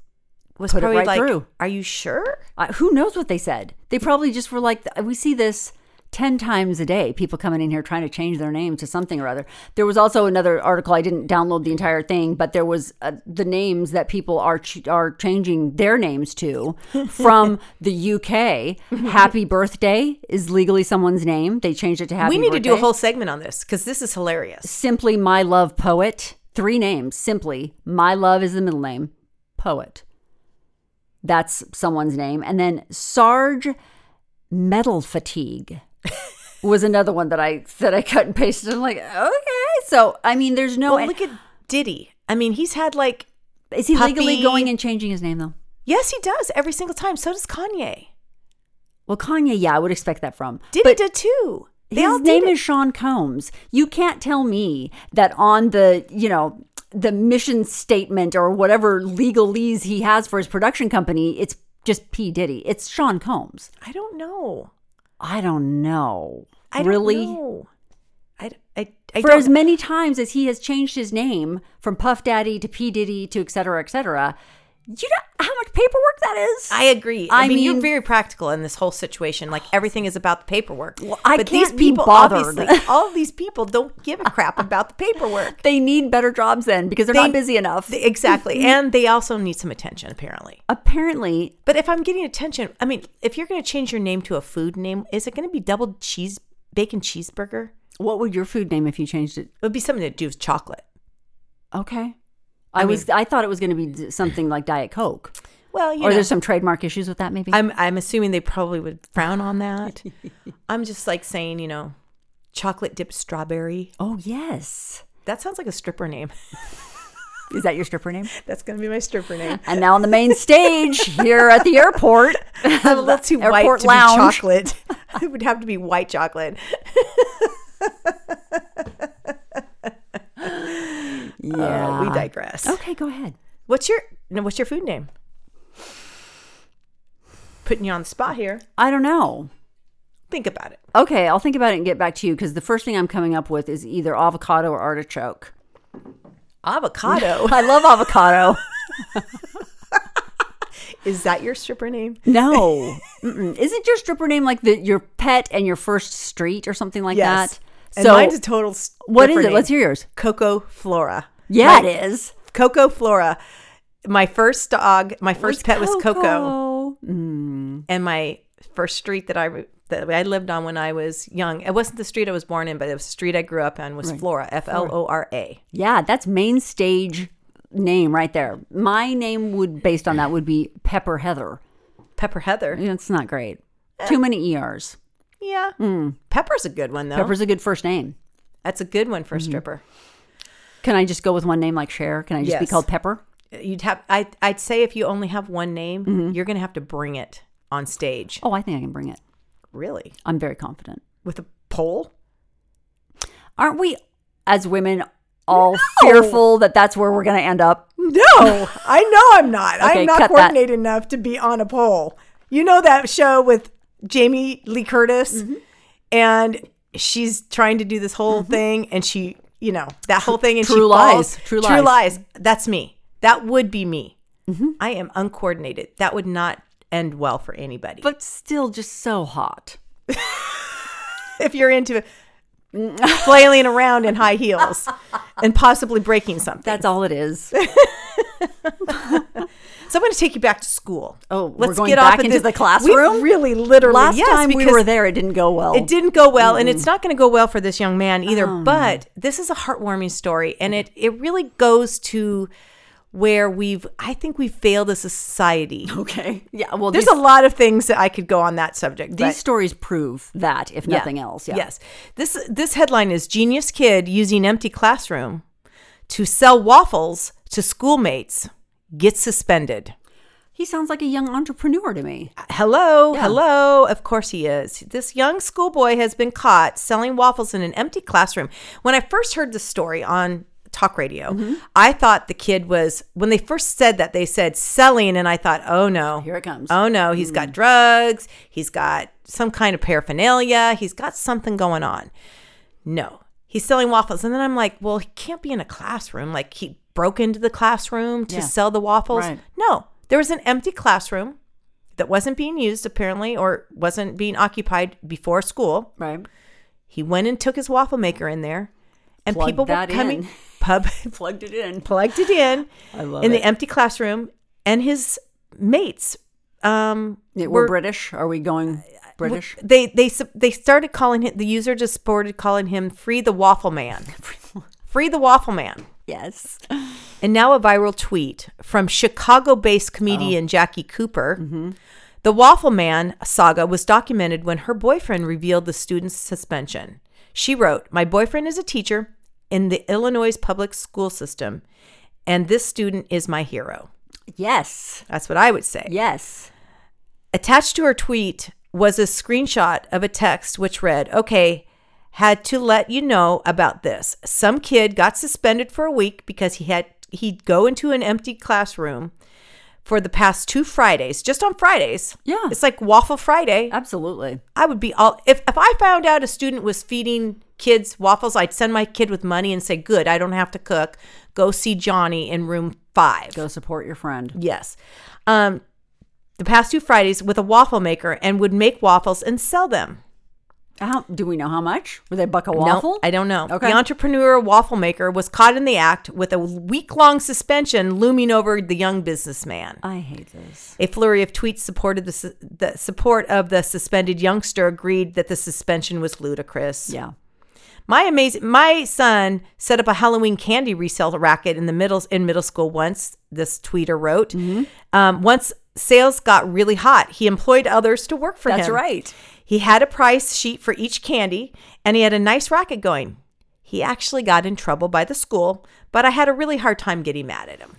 S3: was
S2: Put it
S3: probably
S2: right
S3: like,
S2: through.
S3: "Are you sure?"
S2: Uh, who knows what they said? They probably just were like, we see this 10 times a day, people coming in here trying to change their name to something or other. There was also another article, I didn't download the entire thing, but there was uh, the names that people are ch- are changing their names to from the UK. Happy Birthday is legally someone's name. They changed it to Happy
S3: we need to do a
S2: Birthday.
S3: whole segment on this because this is hilarious.
S2: Simply My Love Poet. Three names. Simply My Love is the middle name. Poet. That's someone's name. And then Sarge Metal Fatigue. was another one that I that I cut and pasted. I'm like, okay. So I mean, there's no.
S3: Well, look at Diddy. I mean, he's had like
S2: is he legally
S3: Puffy.
S2: going and changing his name though?
S3: yes, he does every single time. So does Kanye.
S2: Well, Kanye, yeah, I would expect that from.
S3: Diddy
S2: But
S3: did too. They all
S2: his
S3: did
S2: name
S3: it.
S2: is Sean Combs. You can't tell me that on the, you know, the mission statement or whatever legalese he has for his production company, it's just P. Diddy. It's Sean Combs.
S3: I don't know.
S2: I don't know.
S3: I don't
S2: really?
S3: know. I I, I
S2: for
S3: don't-
S2: as many times as he has changed his name from Puff Daddy to P. Diddy to et cetera, et cetera, you know how much paperwork that is?
S3: I agree. I,
S2: I
S3: mean, you're
S2: mean-
S3: very practical in this whole situation. Like everything is about the paperwork.
S2: I can't be bothered.
S3: obviously, all of these people don't give a crap about the paperwork.
S2: they need better jobs then because they're not
S3: They-
S2: busy enough.
S3: They- exactly, and they also need some attention apparently.
S2: Apparently,
S3: But if I'm getting attention, I mean, if you're going to change your name to a food name, is it going to be double cheese bacon cheeseburger?
S2: what would your food name if you changed it?
S3: It would be something to do with chocolate.
S2: Okay. I, was I thought it was going to be d- something like Diet Coke.
S3: Well, you
S2: or
S3: know,
S2: there's some trademark issues with that maybe.
S3: I'm I'm assuming they probably would frown on that. I'm just like saying, you know, chocolate dipped strawberry.
S2: oh, yes.
S3: That sounds like a stripper name.
S2: Is that your stripper name?
S3: That's gonna be my stripper name.
S2: And now on the main stage here at the airport,
S3: I'm a little too white
S2: Airport
S3: to
S2: lounge.
S3: be chocolate. it would have to be white chocolate.
S2: yeah.
S3: Uh, we digress.
S2: Okay, go ahead.
S3: What's your no, what's your food name? Putting you on the spot here.
S2: I don't know.
S3: Think about it.
S2: Okay, I'll think about it and get back to you because the first thing I'm coming up with is either avocado or artichoke.
S3: Avocado.
S2: I love avocado.
S3: Is that your stripper name?
S2: No. Mm-mm. Isn't your stripper name like the, your pet and your first street or something like
S3: Yes.
S2: that?
S3: And mine's a total stripper
S2: what is it?
S3: name.
S2: Let's hear yours.
S3: Coco Flora.
S2: Yeah,
S3: My-
S2: it is.
S3: Coco Flora. My first dog, my first pet was Coco, and my first street that I that I lived on when I was young. It wasn't the street I was born in, but it was the street I grew up on was Flora, F L O R A.
S2: Yeah, that's main stage name right there. My name would based on that would be Pepper Heather.
S3: Pepper Heather.
S2: It's not great. Too many ERs.
S3: Yeah. Pepper's a good one though.
S2: Pepper's a good first name.
S3: That's a good one for a stripper.
S2: Can I just go with one name like Cher? Can I just be
S3: Yes.
S2: called Pepper?
S3: You'd have I I'd say if you only have one name, you're going to have to bring it on stage.
S2: Oh, I think I can bring it.
S3: Really?
S2: I'm very confident.
S3: With a pole?
S2: Aren't we as women all fearful that that's where we're going to end up?
S3: No, I know I'm not.
S2: Okay,
S3: I'm not
S2: cut that.
S3: coordinated enough to be on a pole. You know that show with Jamie Lee Curtis
S2: Mm-hmm.
S3: and she's trying to do this whole thing and she, you know, that whole thing and she
S2: True
S3: falls.
S2: Lies, True Lies. Mm-hmm.
S3: That's me. That would be me. I am uncoordinated. That would not end well for anybody.
S2: But still just so hot.
S3: if you're into flailing around in high heels and possibly breaking something.
S2: That's all it is.
S3: So I'm going to take you back to school.
S2: Oh, we're going back into the classroom?
S3: We really, literally,
S2: Last
S3: yes,
S2: time we
S3: because
S2: were there, Mm. it didn't go well.
S3: It didn't go well, and it's not going to go well for this young man either.
S2: Oh,
S3: but this is a heartwarming story, and it it really goes to where we've I think we failed as a society.
S2: Okay. Yeah. Well,
S3: There's
S2: these,
S3: a lot of things that I could go on that subject.
S2: these
S3: but-
S2: stories prove that, if
S3: yeah.
S2: nothing else. Yeah.
S3: Yes. This this headline is genius kid using empty classroom to sell waffles to schoolmates gets suspended.
S2: He sounds like a young entrepreneur to me.
S3: Hello, hello. Of course he is. This young schoolboy has been caught selling waffles in an empty classroom. When I first heard the story on talk radio,
S2: Mm-hmm.
S3: I thought the kid was when they first said that they said selling and I thought, "Oh no.
S2: Here it comes.
S3: Oh no, he's
S2: Hmm.
S3: got drugs, he's got some kind of paraphernalia, he's got something going on." No. He's selling waffles and then I'm like, "Well, he can't be in a classroom. Like he broke into the classroom to
S2: Yeah.
S3: sell the waffles."
S2: Right.
S3: No. There was an empty classroom that wasn't being used apparently or wasn't being occupied before school.
S2: Right.
S3: He went and took his waffle maker in there, and
S2: Plugged
S3: people were
S2: that
S3: coming
S2: in.
S3: pub
S2: Plugged it in.
S3: plugged it in
S2: I love
S3: in
S2: it.
S3: the empty classroom, and his mates um
S2: Yeah, we're,
S3: were
S2: British. Are we going British?
S3: they they s- they started calling him the user just started calling him free the waffle man, free the waffle man.
S2: yes.
S3: Oh. And now a viral tweet from Chicago based comedian Jackie Cooper The Waffle Man saga was documented when her boyfriend revealed the student's suspension. She wrote, My boyfriend is a teacher in the Illinois public school system, and this student is my hero.
S2: Yes.
S3: That's what I would say.
S2: Yes.
S3: Attached to her tweet was a screenshot of a text which read, Okay, had to let you know about this. Some kid got suspended for a week because he had he'd go into an empty classroom for the past two Fridays, just on Fridays.
S2: Yeah.
S3: It's like waffle Friday.
S2: Absolutely.
S3: I would be all if, if I found out a student was feeding kids waffles, I'd send my kid with money and say, Good, I don't have to cook. Go see Johnny in room five.
S2: Go support your friend.
S3: Yes. Um, the past two Fridays with a waffle maker and would make waffles and sell them.
S2: How, do we know how much? Were they buck a
S3: No,
S2: waffle?
S3: I don't know.
S2: Okay.
S3: The entrepreneur waffle maker was caught in the act with a week long suspension looming over the young businessman.
S2: I hate this.
S3: A flurry of tweets supported the, su- the support of the suspended youngster agreed that the suspension was ludicrous.
S2: Yeah.
S3: My amazing my son set up a Halloween candy resale racket in the middle in middle school once, this tweeter wrote.
S2: Mm-hmm.
S3: Um, once sales got really hot, he employed others to work for
S2: That's
S3: him.
S2: right.
S3: He had a price sheet for each candy and he had a nice racket going. He actually got in trouble by the school, but I had a really hard time getting mad at him.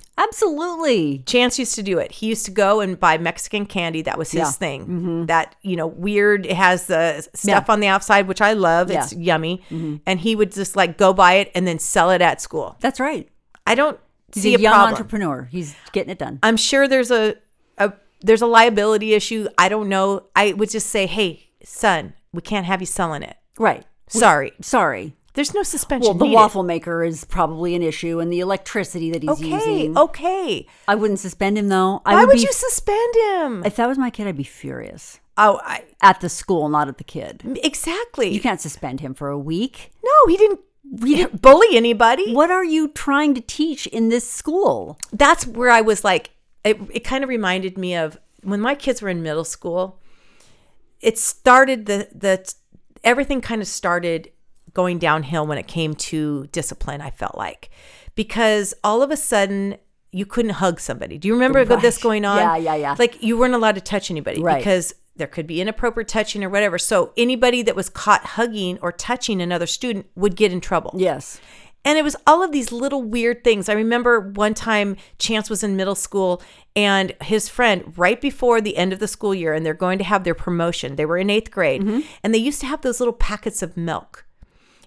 S2: Absolutely.
S3: Chance used to do it. He used to go and buy Mexican candy. That was his
S2: Yeah. Mm-hmm.
S3: thing. That, you know, weird. It has the stuff
S2: Yeah.
S3: on the outside, which I love.
S2: Yeah. Mm-hmm.
S3: It's yummy. And he would just like go buy it and then sell it at school.
S2: That's right.
S3: I don't
S2: He's
S3: see
S2: a,
S3: a,
S2: young
S3: problem.
S2: entrepreneur. He's getting it done.
S3: I'm sure there's a, a there's a liability issue. I don't know. I would just say, hey, son, we can't have you selling it.
S2: Right.
S3: Sorry.
S2: Sorry.
S3: There's no suspension.
S2: Well, the
S3: needed.
S2: waffle maker is probably an issue, and the electricity that he's
S3: Okay.
S2: using.
S3: Okay.
S2: I wouldn't suspend him though. I
S3: Why would,
S2: be,
S3: you suspend him?
S2: If that was my kid, I'd be furious
S3: oh, I,
S2: at the school, not at the kid.
S3: exactly.
S2: You can't suspend him for a week.
S3: no, he didn't. He didn't bully anybody.
S2: What are you trying to teach in this school?
S3: that's where I was like, it, it kind of reminded me of when my kids were in middle school. It started the the everything kind of started going downhill when it came to discipline. I felt like because all of a sudden you couldn't hug somebody. Do you remember this
S2: Right.
S3: going on?
S2: Yeah, yeah, yeah.
S3: Like you weren't allowed to touch anybody
S2: Right.
S3: because there could be inappropriate touching or whatever. So anybody that was caught hugging or touching another student would get in trouble.
S2: Yes.
S3: And it was all of these little weird things. I remember one time Chance was in middle school and his friend, right before the end of the school year, and they're going to have their promotion. They were in eighth grade
S2: Mm-hmm.
S3: and they used to have those little packets of milk.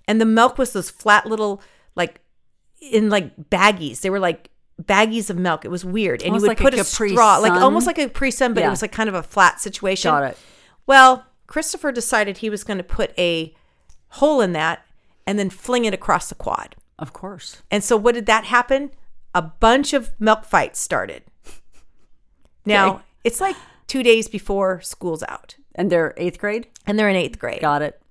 S3: And the milk was those flat little, like, in like baggies. They were like, Baggies of milk. It was weird, and
S2: Almost
S3: you
S2: like
S3: would
S2: a
S3: put a,
S2: Capri
S3: straw, like
S2: Sun?
S3: almost like a Capri Sun, but
S2: Yeah.
S3: it was like kind of a flat situation.
S2: Got it.
S3: Well, Christopher decided he was going to put a hole in that and then fling it across the quad.
S2: Of course.
S3: And so what did that happen? A bunch of milk fights started. Now,
S2: Okay.
S3: it's like 2 days before school's out
S2: And they're eighth grade.
S3: and they're in 8th grade.
S2: Got it.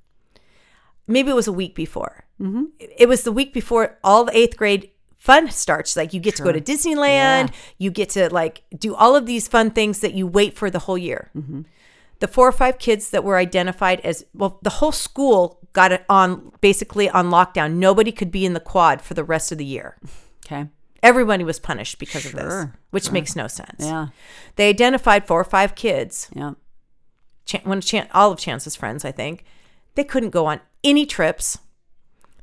S3: Maybe it was a week before. Mm-hmm. It was the week before all the 8th grade fun starts. Like you get to go to Disneyland, you get to like do all of these fun things that you wait for the whole year. The four or five kids that were identified as well, the whole school got it on basically on lockdown. Nobody could be in the quad for the rest of the year.
S2: Okay.
S3: Everybody was punished because of this,
S2: Sure,
S3: which makes no sense.
S2: Yeah.
S3: They identified four or five kids,
S2: Yeah.
S3: Chan, one of Chan, all of Chance's friends, I think. They couldn't go on any trips.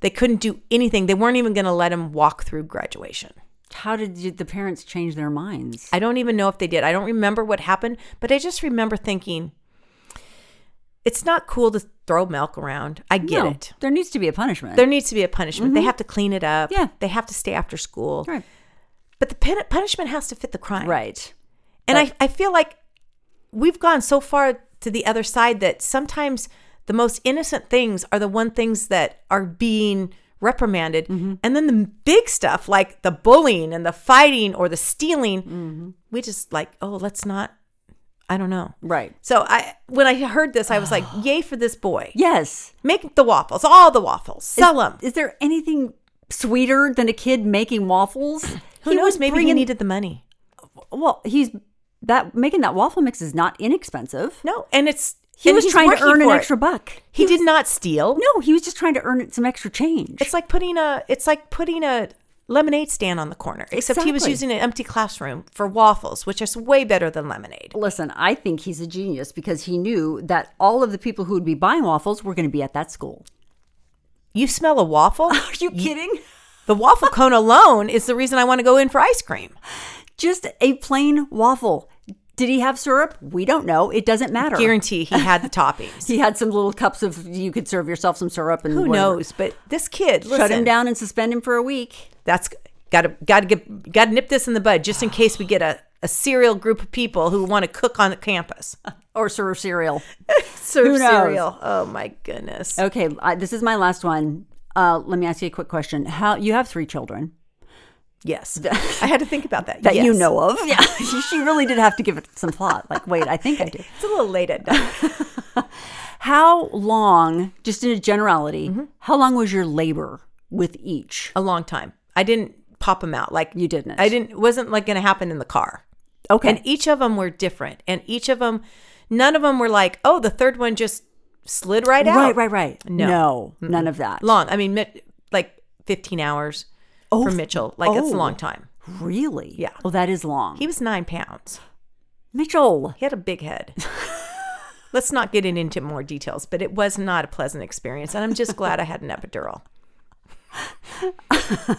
S3: They couldn't do anything. They weren't even going to let him walk through graduation.
S2: How did you, the parents change their minds?
S3: I don't even know if they did. I don't remember what happened, but I just remember thinking, it's not cool to throw milk around. I get
S2: No,
S3: it.
S2: There needs to be a punishment.
S3: There needs to be a punishment. They have to clean it up.
S2: Yeah.
S3: They have to stay after school.
S2: right.
S3: But the pun- punishment has to fit the crime.
S2: Right.
S3: And
S2: But-
S3: I, I feel like we've gone so far to the other side that sometimes the most innocent things are the one things that are being reprimanded.
S2: Mm-hmm.
S3: And then the big stuff like the bullying and the fighting or the stealing,
S2: Mm-hmm.
S3: we just like, oh, let's not, I don't know.
S2: Right.
S3: So I when I heard this, I was like, yay for this boy.
S2: Yes.
S3: Make the waffles, all the waffles, sell them.
S2: Is there anything sweeter than a kid making waffles?
S3: Who
S2: He
S3: knows?
S2: was
S3: Maybe he
S2: bringing-
S3: needed the money.
S2: Well, he's that making that waffle mix is not inexpensive.
S3: No. And it's,
S2: He
S3: and
S2: was
S3: he's
S2: trying to
S3: working
S2: earn an
S3: for it.
S2: extra buck.
S3: He, did not steal.
S2: No, he was just trying to earn some extra change.
S3: It's like putting a. It's like putting a lemonade stand on the corner, except he was
S2: Exactly.
S3: using an empty classroom for waffles, which is way better than lemonade.
S2: Listen, I think he's a genius because he knew that all of the people who would be buying waffles were going to be at that school.
S3: You smell a waffle?
S2: Are you kidding?
S3: the waffle cone alone is the reason I want to go in for ice cream.
S2: Just a plain waffle. Did he have syrup? We don't know. It doesn't matter.
S3: Guarantee he had the toppings.
S2: he had some little cups of you could serve yourself some syrup and
S3: Who
S2: whatever.
S3: knows? But this kid,
S2: Shut
S3: listen,
S2: him down and suspend him for a week.
S3: That's got to got to get got to nip this in the bud just in case we get a a serial group of people who want to cook on campus.
S2: Or serve cereal.
S3: Serve
S2: knows?
S3: cereal. Oh my goodness.
S2: Okay, I, this is my last one. Uh, let me ask you a quick question. How you have three children
S3: Yes. I had to think about that.
S2: that you
S3: Yes.
S2: know of? Yeah, she really did have to give it some thought. Like, wait, I think I do.
S3: It's a little late at night.
S2: How long, just in a generality, how long was your labor with each?
S3: a long time. I didn't pop them out like
S2: You didn't.
S3: I didn't it wasn't like going to happen in the car.
S2: Okay.
S3: And each of them were different and each of them none of them were like, "Oh, the third one just slid right out."
S2: right, right, right.
S3: No.
S2: none of that.
S3: Long. I mean, mi- like 15 hours for Mitchell. Like it's a
S2: oh.
S3: long time.
S2: Really?
S3: Yeah.
S2: Oh, that is long.
S3: He was 9 pounds.
S2: Mitchell.
S3: He had a big head. Let's not get in- into more details, but it was not a pleasant experience. And I'm just glad I had an epidural.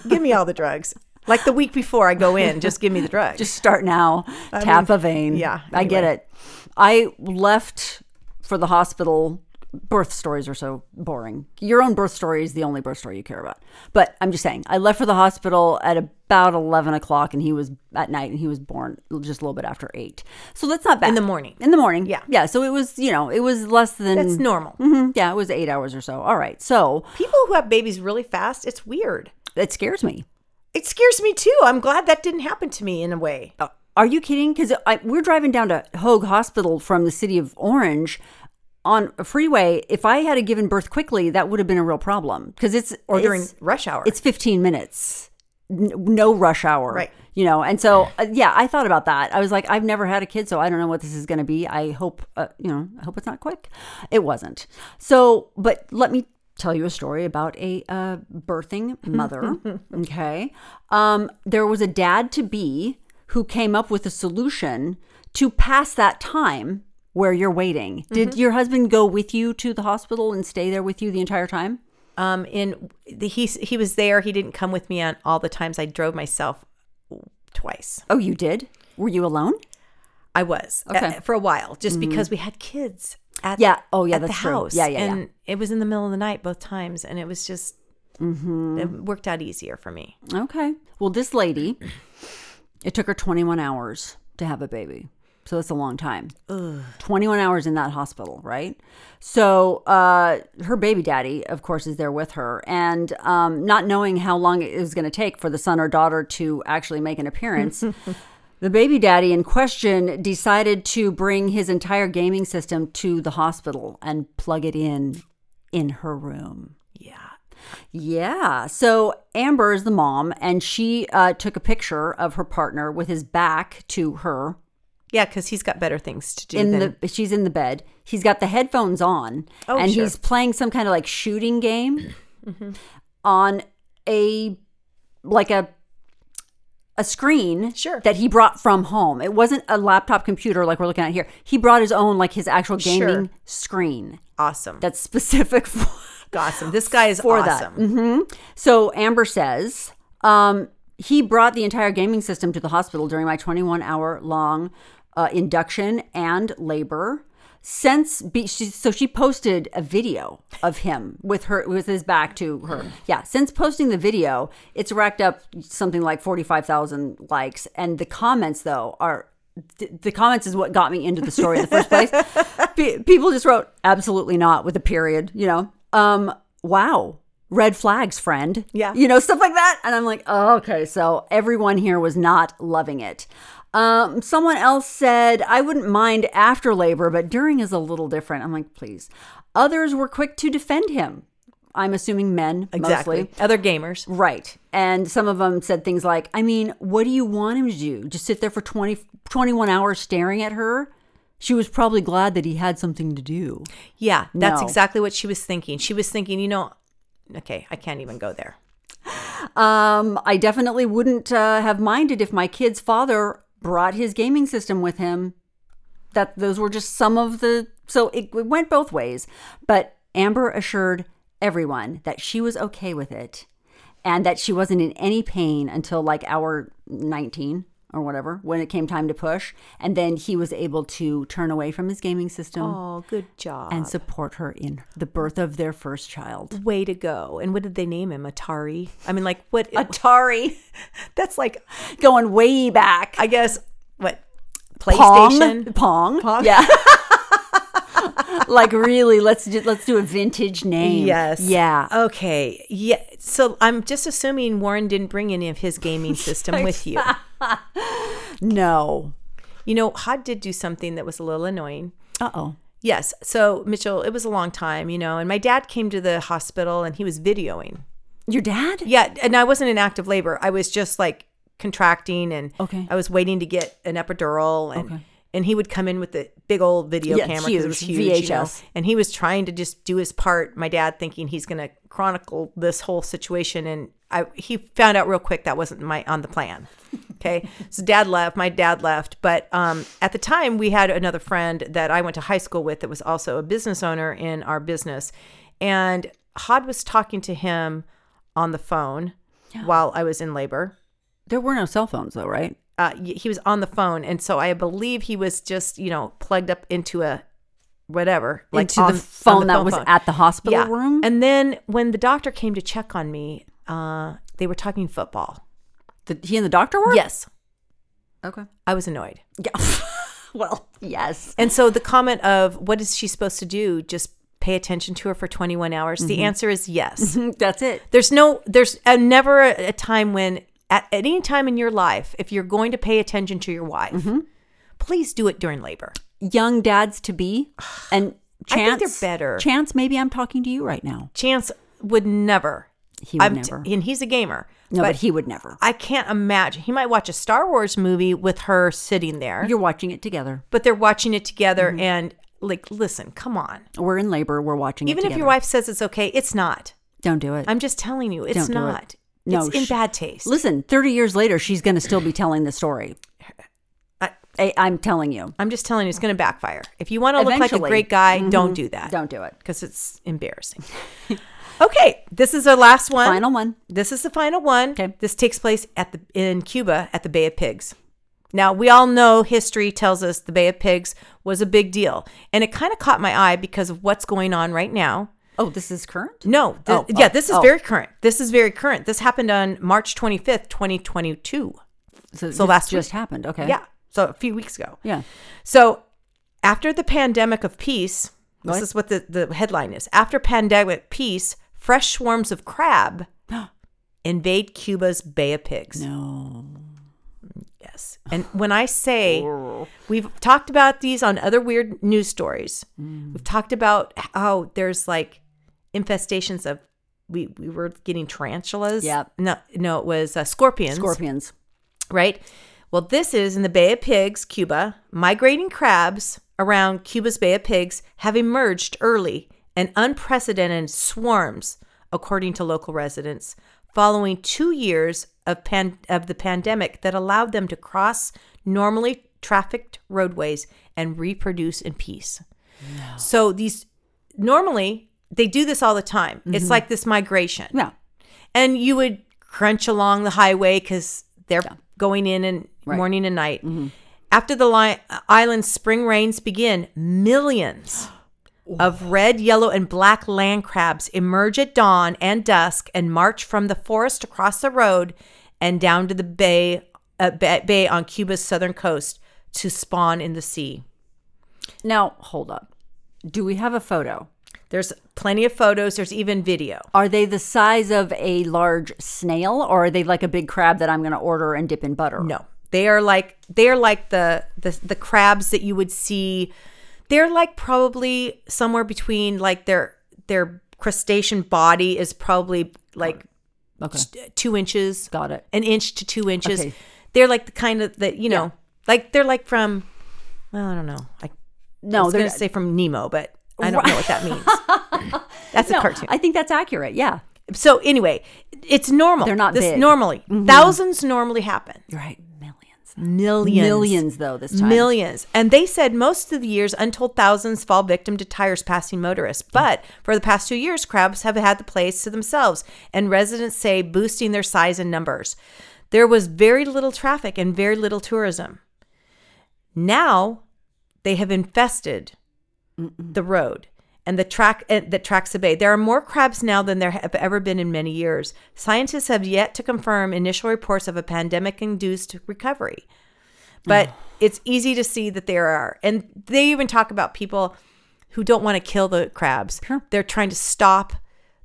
S3: give me all the drugs. Like the week before I go in, just give me the drugs.
S2: Just start now. tap a vein.
S3: yeah,
S2: I get
S3: anyway.
S2: it. I left for the hospital. Birth stories are so boring. Your own birth story is the only birth story you care about. But I'm just saying, I left for the hospital at about 11 o'clock and he was at night and he was born just a little bit after eight. So that's not bad.
S3: the morning.
S2: In the morning.
S3: Yeah.
S2: Yeah. So it was, you know, it was less than.
S3: That's normal.
S2: Mhm, yeah, it was eight hours or so. All right. So
S3: People who have babies really fast, it's weird.
S2: it scares me.
S3: It scares me too. I'm glad that didn't happen to me in a way.
S2: uh, Are you kidding? Because we're driving down to Hogue Hospital from the city of Orange on a freeway. If I had a given birth quickly, that would have been a real problem because it's
S3: Or during
S2: it's,
S3: rush hour.
S2: it's fifteen minutes, N- no rush hour,
S3: Right.
S2: You know, and so uh, yeah, I thought about that. I was like, I've never had a kid, so I don't know what this is going to be. I hope uh, you know, I hope it's not quick. It wasn't. So, but let me tell you a story about a uh, birthing mother. okay, um, there was a dad to be who came up with a solution to pass that time where you're waiting.
S3: Mm-hmm.
S2: Did your husband go with you to the hospital and stay there with you the entire time?
S3: um in the, he he was there. He didn't come with me on all the times I drove myself twice.
S2: Oh, you did? Were you alone?
S3: I was
S2: Okay. Mm-hmm.
S3: uh, for a while, just because we had kids at
S2: Yeah. Oh, yeah,
S3: at
S2: that's
S3: the
S2: true.
S3: house.
S2: Yeah, yeah, yeah.
S3: and it was in the middle of the night both times, and it was just
S2: Mm-hmm.
S3: it worked out easier for me.
S2: Okay. Well, this lady, it took her 21 hours to have a baby. So that's a long time. 21 hours in that hospital, right? So uh, her baby daddy, of course, is there with her. And um, not knowing how long it was going to take for the son or daughter to actually make an appearance, the baby daddy in question decided to bring his entire gaming system to the hospital and plug it in in her room.
S3: Yeah,
S2: Yeah. So Amber is the mom, and she uh, took a picture of her partner with his back to her.
S3: yeah, because he's got better things to do.
S2: In
S3: than,
S2: the she's in the bed. He's got the headphones on,
S3: Oh,
S2: and
S3: sure. Mm-hmm.
S2: he's playing some kind of like shooting game on a like a a screen
S3: Sure.
S2: that he brought from home. It wasn't a laptop computer like we're looking at here. He brought his own like his actual
S3: Sure.
S2: gaming screen
S3: awesome.
S2: that's specific for
S3: awesome. This guy is
S2: for that. Mm-hmm,
S3: awesome.
S2: So Amber says, um, he brought the entire gaming system to the hospital during my 21 hour long uh, induction and labor. Since be- she, so she posted a video of him with her with his back to her. Yeah, since posting the video, it's racked up something like 45,000 likes and the comments though are th- the comments is what got me into the story in the first place. Pe- people just wrote absolutely not with a period, you know. Um wow. Red flags, friend.
S3: Yeah.
S2: You know, stuff like that. And I'm like, oh, okay. So everyone here was not loving it. Um, someone else said, I wouldn't mind after labor, but during is a little different. I'm like, please. Others were quick to defend him. I'm assuming men
S3: Exactly.
S2: mostly.
S3: Other gamers.
S2: Right. And some of them said things like, I mean, what do you want him to do? Just sit there for 20, 21 hours staring at her? She was probably glad that he had something to do.
S3: Yeah, that's
S2: No.
S3: exactly what she was thinking. She was thinking, you know, okay, I can't even go there.
S2: Um, I definitely wouldn't uh, have minded if my kid's father brought his gaming system with him. That those were just some of the so it, it went both ways. But Amber assured everyone that she was okay with it and that she wasn't in any pain until like hour 19 or whatever when it came time to push and then he was able to turn away from his gaming system
S3: Oh, good job.
S2: and support her in the birth of their first child.
S3: way to go. And what did they name him? Atari? I mean, like, what?
S2: Atari
S3: that's like,
S2: going way back.
S3: I guess, what?
S2: Pong.
S3: PlayStation?
S2: Pong. Yeah. like really, let's do, let's do a vintage name.
S3: Yes.
S2: Yeah.
S3: Okay. Yeah. So I'm just assuming Warren didn't bring any of his gaming system with you.
S2: No.
S3: You know, Hod did do something that was a little annoying.
S2: Uh oh.
S3: Yes. So Mitchell, it was a long time, you know, and my dad came to the hospital and he was videoing.
S2: Your dad?
S3: Yeah, and I wasn't in active labor. I was just like contracting and
S2: Okay.
S3: I was waiting to get an epidural and
S2: Okay.
S3: and he would come in with the big old video
S2: Yeah, it's
S3: camera 'cause it was
S2: huge,
S3: huge, you know,
S2: VHS.
S3: and he was trying to just do his part. My dad thinking he's going to chronicle this whole situation and I he found out real quick that wasn't my on the plan. Okay. so dad left, my dad left, but um at the time we had another friend that I went to high school with that was also a business owner in our business and Hod was talking to him on the phone while I was in labor.
S2: There were no cell phones though, right?
S3: Uh, y- he was on the phone, and so I believe he was just you know plugged up into a whatever, like
S2: Into
S3: on-
S2: the
S3: on
S2: phone that was
S3: phone.
S2: at the hospital room.
S3: And then when the doctor came to check on me, uh, they were talking football.
S2: Did he and the doctor were.
S3: Yes,
S2: Okay.
S3: I was annoyed,
S2: Yeah. well, yes.
S3: and so the comment of what is she supposed to do? Just pay attention to her for 21 hours.
S2: Mm-hmm.
S3: The answer is yes.
S2: That's it.
S3: There's no, there's uh never a, a time when, at, at any time in your life, if you're going to pay attention to your wife,
S2: Mm-hmm.
S3: please do it during labor.
S2: Young dads to be, and
S3: I
S2: chance
S3: think they're better.
S2: Chance, maybe I'm talking to you right now.
S3: Chance would never.
S2: He would
S3: I'm t-
S2: never.
S3: and he's a gamer.
S2: no, but,
S3: but
S2: he would never.
S3: I can't imagine. He might watch a Star Wars movie with her sitting there,
S2: You're Mm-hmm. watching it together.
S3: but they're watching it together and like, listen, come on.
S2: We're in labor. We're watching it
S3: Even if your
S2: together.
S3: wife says it's okay, it's not.
S2: don't do it.
S3: I'm just telling you, it's
S2: Don't do it.
S3: not.
S2: No,
S3: it's in
S2: sh-
S3: bad taste.
S2: Listen, 30 years later, she's going to still be telling the story.
S3: I-
S2: I, I'm telling you.
S3: I'm just telling you, it's going to backfire. If you want to look like a
S2: Eventually. Mm-hmm.
S3: great guy, don't do that.
S2: Don't do it.
S3: because it's embarrassing. okay, this is our last one.
S2: Final one.
S3: This is the final one.
S2: Okay.
S3: This takes place at the in Cuba at the Bay of Pigs. Now we all know history tells us the Bay of Pigs was a big deal, and it kind of caught my eye because of what's going on right now.
S2: Oh, this is current?
S3: No, th-
S2: Oh,
S3: yeah,
S2: oh,
S3: this is
S2: oh.
S3: very current. This is very current. This happened on March twenty fifth, twenty twenty two.
S2: this
S3: last
S2: just
S3: week.
S2: happened. Okay.
S3: Yeah, so a few weeks ago.
S2: Yeah.
S3: So after the pandemic of peace, this
S2: What?
S3: is what the, the headline is. After pandemic peace, fresh swarms of crab invade Cuba's Bay of Pigs.
S2: No.
S3: Yes. And when I say we've talked about these on other weird news stories, we've talked about how there's like infestations of we, we were getting tarantulas.
S2: Yep.
S3: No, no, it was uh, scorpions.
S2: Scorpions.
S3: Right? Well, this is in the Bay of Pigs, Cuba. Migrating crabs around Cuba's Bay of Pigs have emerged early and unprecedented swarms, according to local residents, following two years of, pan- of the pandemic that allowed them to cross normally trafficked roadways and reproduce in peace. So these normally they do this all the time. It's like this migration
S2: Yeah.
S3: and you would crunch along the highway because they're going in and
S2: Right.
S3: morning and night. After the li- island's spring rains begin, millions of red, yellow, and black land crabs emerge at dawn and dusk and march from the forest across the road and down to the bay, uh, ba- bay on Cuba's southern coast to spawn in the sea.
S2: Now, hold up. Do we have a photo?
S3: There's plenty of photos. There's even video.
S2: Are they the size of a large snail or are they like a big crab that I'm going to order and dip in butter?
S3: No, they are like they are like the the the crabs that you would see. They're like probably somewhere between like their their crustacean body is probably like
S2: Okay.
S3: two inches,
S2: Got it.
S3: an inch to two inches.
S2: Okay.
S3: They're like the kind of that you know, like they're like from. Well, I don't know. I, I
S2: No,
S3: was going
S2: Oh, they're.
S3: to say from Nemo, but I don't know what that means. That's a
S2: No,
S3: cartoon.
S2: I think that's accurate. Yeah.
S3: So anyway, it's normal.
S2: They're not
S3: this
S2: big. Mm-hmm.
S3: normally. Thousands normally happen.
S2: You're right. Millions.
S3: Millions.
S2: Millions, though, this time.
S3: Millions. And they said most of the years, untold thousands fall victim to tires passing motorists. But for the past two years, crabs have had the place to themselves, and residents say boosting their size and numbers. There was very little traffic and very little tourism. Now they have infested the road and the track uh, that tracks the bay. There are more crabs now than there have ever been in many years. Scientists have yet to confirm initial reports of a pandemic-induced recovery but it's easy to see that there are and they even talk about people who don't want to kill the crabs
S2: Sure.
S3: they're trying to stop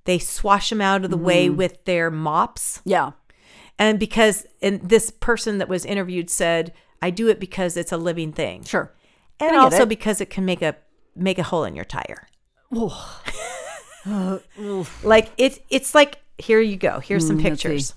S3: they swash them out of the way with their mops
S2: Yeah.
S3: and because and this person that was interviewed said i do it because it's a living thing
S2: Sure.
S3: and
S2: I get
S3: also
S2: it.
S3: because it can make a make a hole in your tire
S2: Uh,
S3: like it it's like here you go here's some
S2: Mm, let's see.
S3: pictures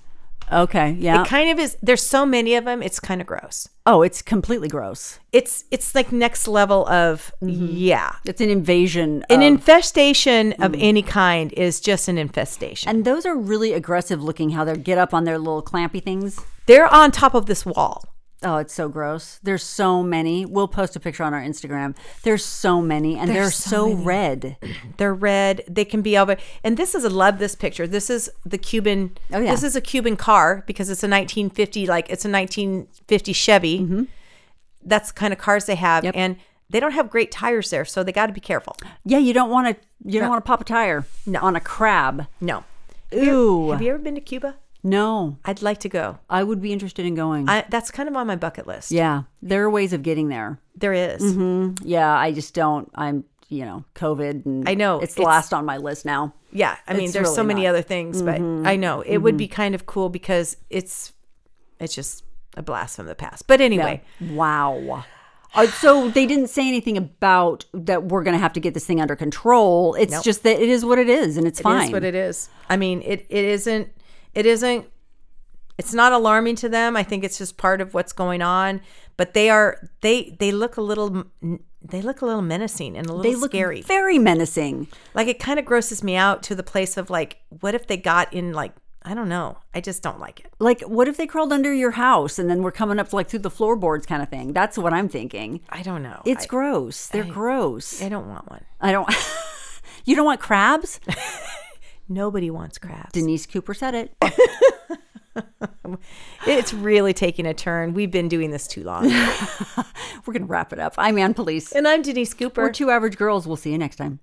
S2: Okay. Yeah.
S3: it kind of is there's so many of them it's kind of gross
S2: oh, it's completely gross.
S3: it's it's like next level of
S2: Mm-hmm.
S3: yeah
S2: It's an invasion.
S3: An
S2: of-
S3: infestation of any kind is just an infestation.
S2: Mm. and those are really aggressive looking. How they get up on their little clampy things.
S3: They're on top of this wall.
S2: Oh, it's so gross. There's so many. We'll post a picture on our Instagram. There's so many, and they're so, red.
S3: They're red. They can be over. And this is, I love this picture. This is the Cuban.
S2: Oh, yeah.
S3: This is a Cuban car because it's a 1950, like it's a 1950 Chevy. That's the kind of cars they have.
S2: Mm-hmm. Yep.
S3: And they don't have great tires there. So they got to be careful.
S2: Yeah, you don't want to. You don't want to pop a tire on a crab.
S3: No.
S2: Ooh,
S3: Have you ever been to Cuba?
S2: no.
S3: I'd like to go.
S2: I would be interested in going.
S3: I, that's kind of on my bucket list.
S2: yeah, Mm-hmm. there are ways of getting there.
S3: There is.
S2: Yeah, I just don't. I'm, you know, COVID. And
S3: I know,
S2: it's,
S3: it's-
S2: last on my list now.
S3: Yeah, I mean,
S2: It's
S3: there's so
S2: really
S3: many
S2: not. Mm-hmm.
S3: other things, but I know it would be kind of cool because it's it's just a blast from the past. But anyway,
S2: Wow. Uh, so they didn't say anything about that we're going to have to get this thing under control. It's
S3: Nope.
S2: just that it is what it is, and it's
S3: it
S2: fine.
S3: is what it is. I mean, it it isn't it isn't it's not alarming to them. I think it's just part of what's going on. But they are they they look a little they look a little menacing and a little
S2: they look
S3: scary.
S2: very menacing.
S3: like it kind of grosses me out to the place of like, what if they got in like I don't know. I just don't like it.
S2: Like, what if they crawled under your house and then we're coming up like through the floorboards kind of thing? That's what I'm thinking.
S3: I don't know.
S2: It's
S3: I,
S2: gross. They're gross.
S3: I don't want one.
S2: I don't. you don't want crabs?
S3: Nobody wants crabs.
S2: Denise Cooper said it.
S3: It's really taking a turn. We've been doing this too long.
S2: We're going to wrap it up. I'm Ann Police.
S3: and I'm Denise Cooper.
S2: We're two average girls. We'll see you next time.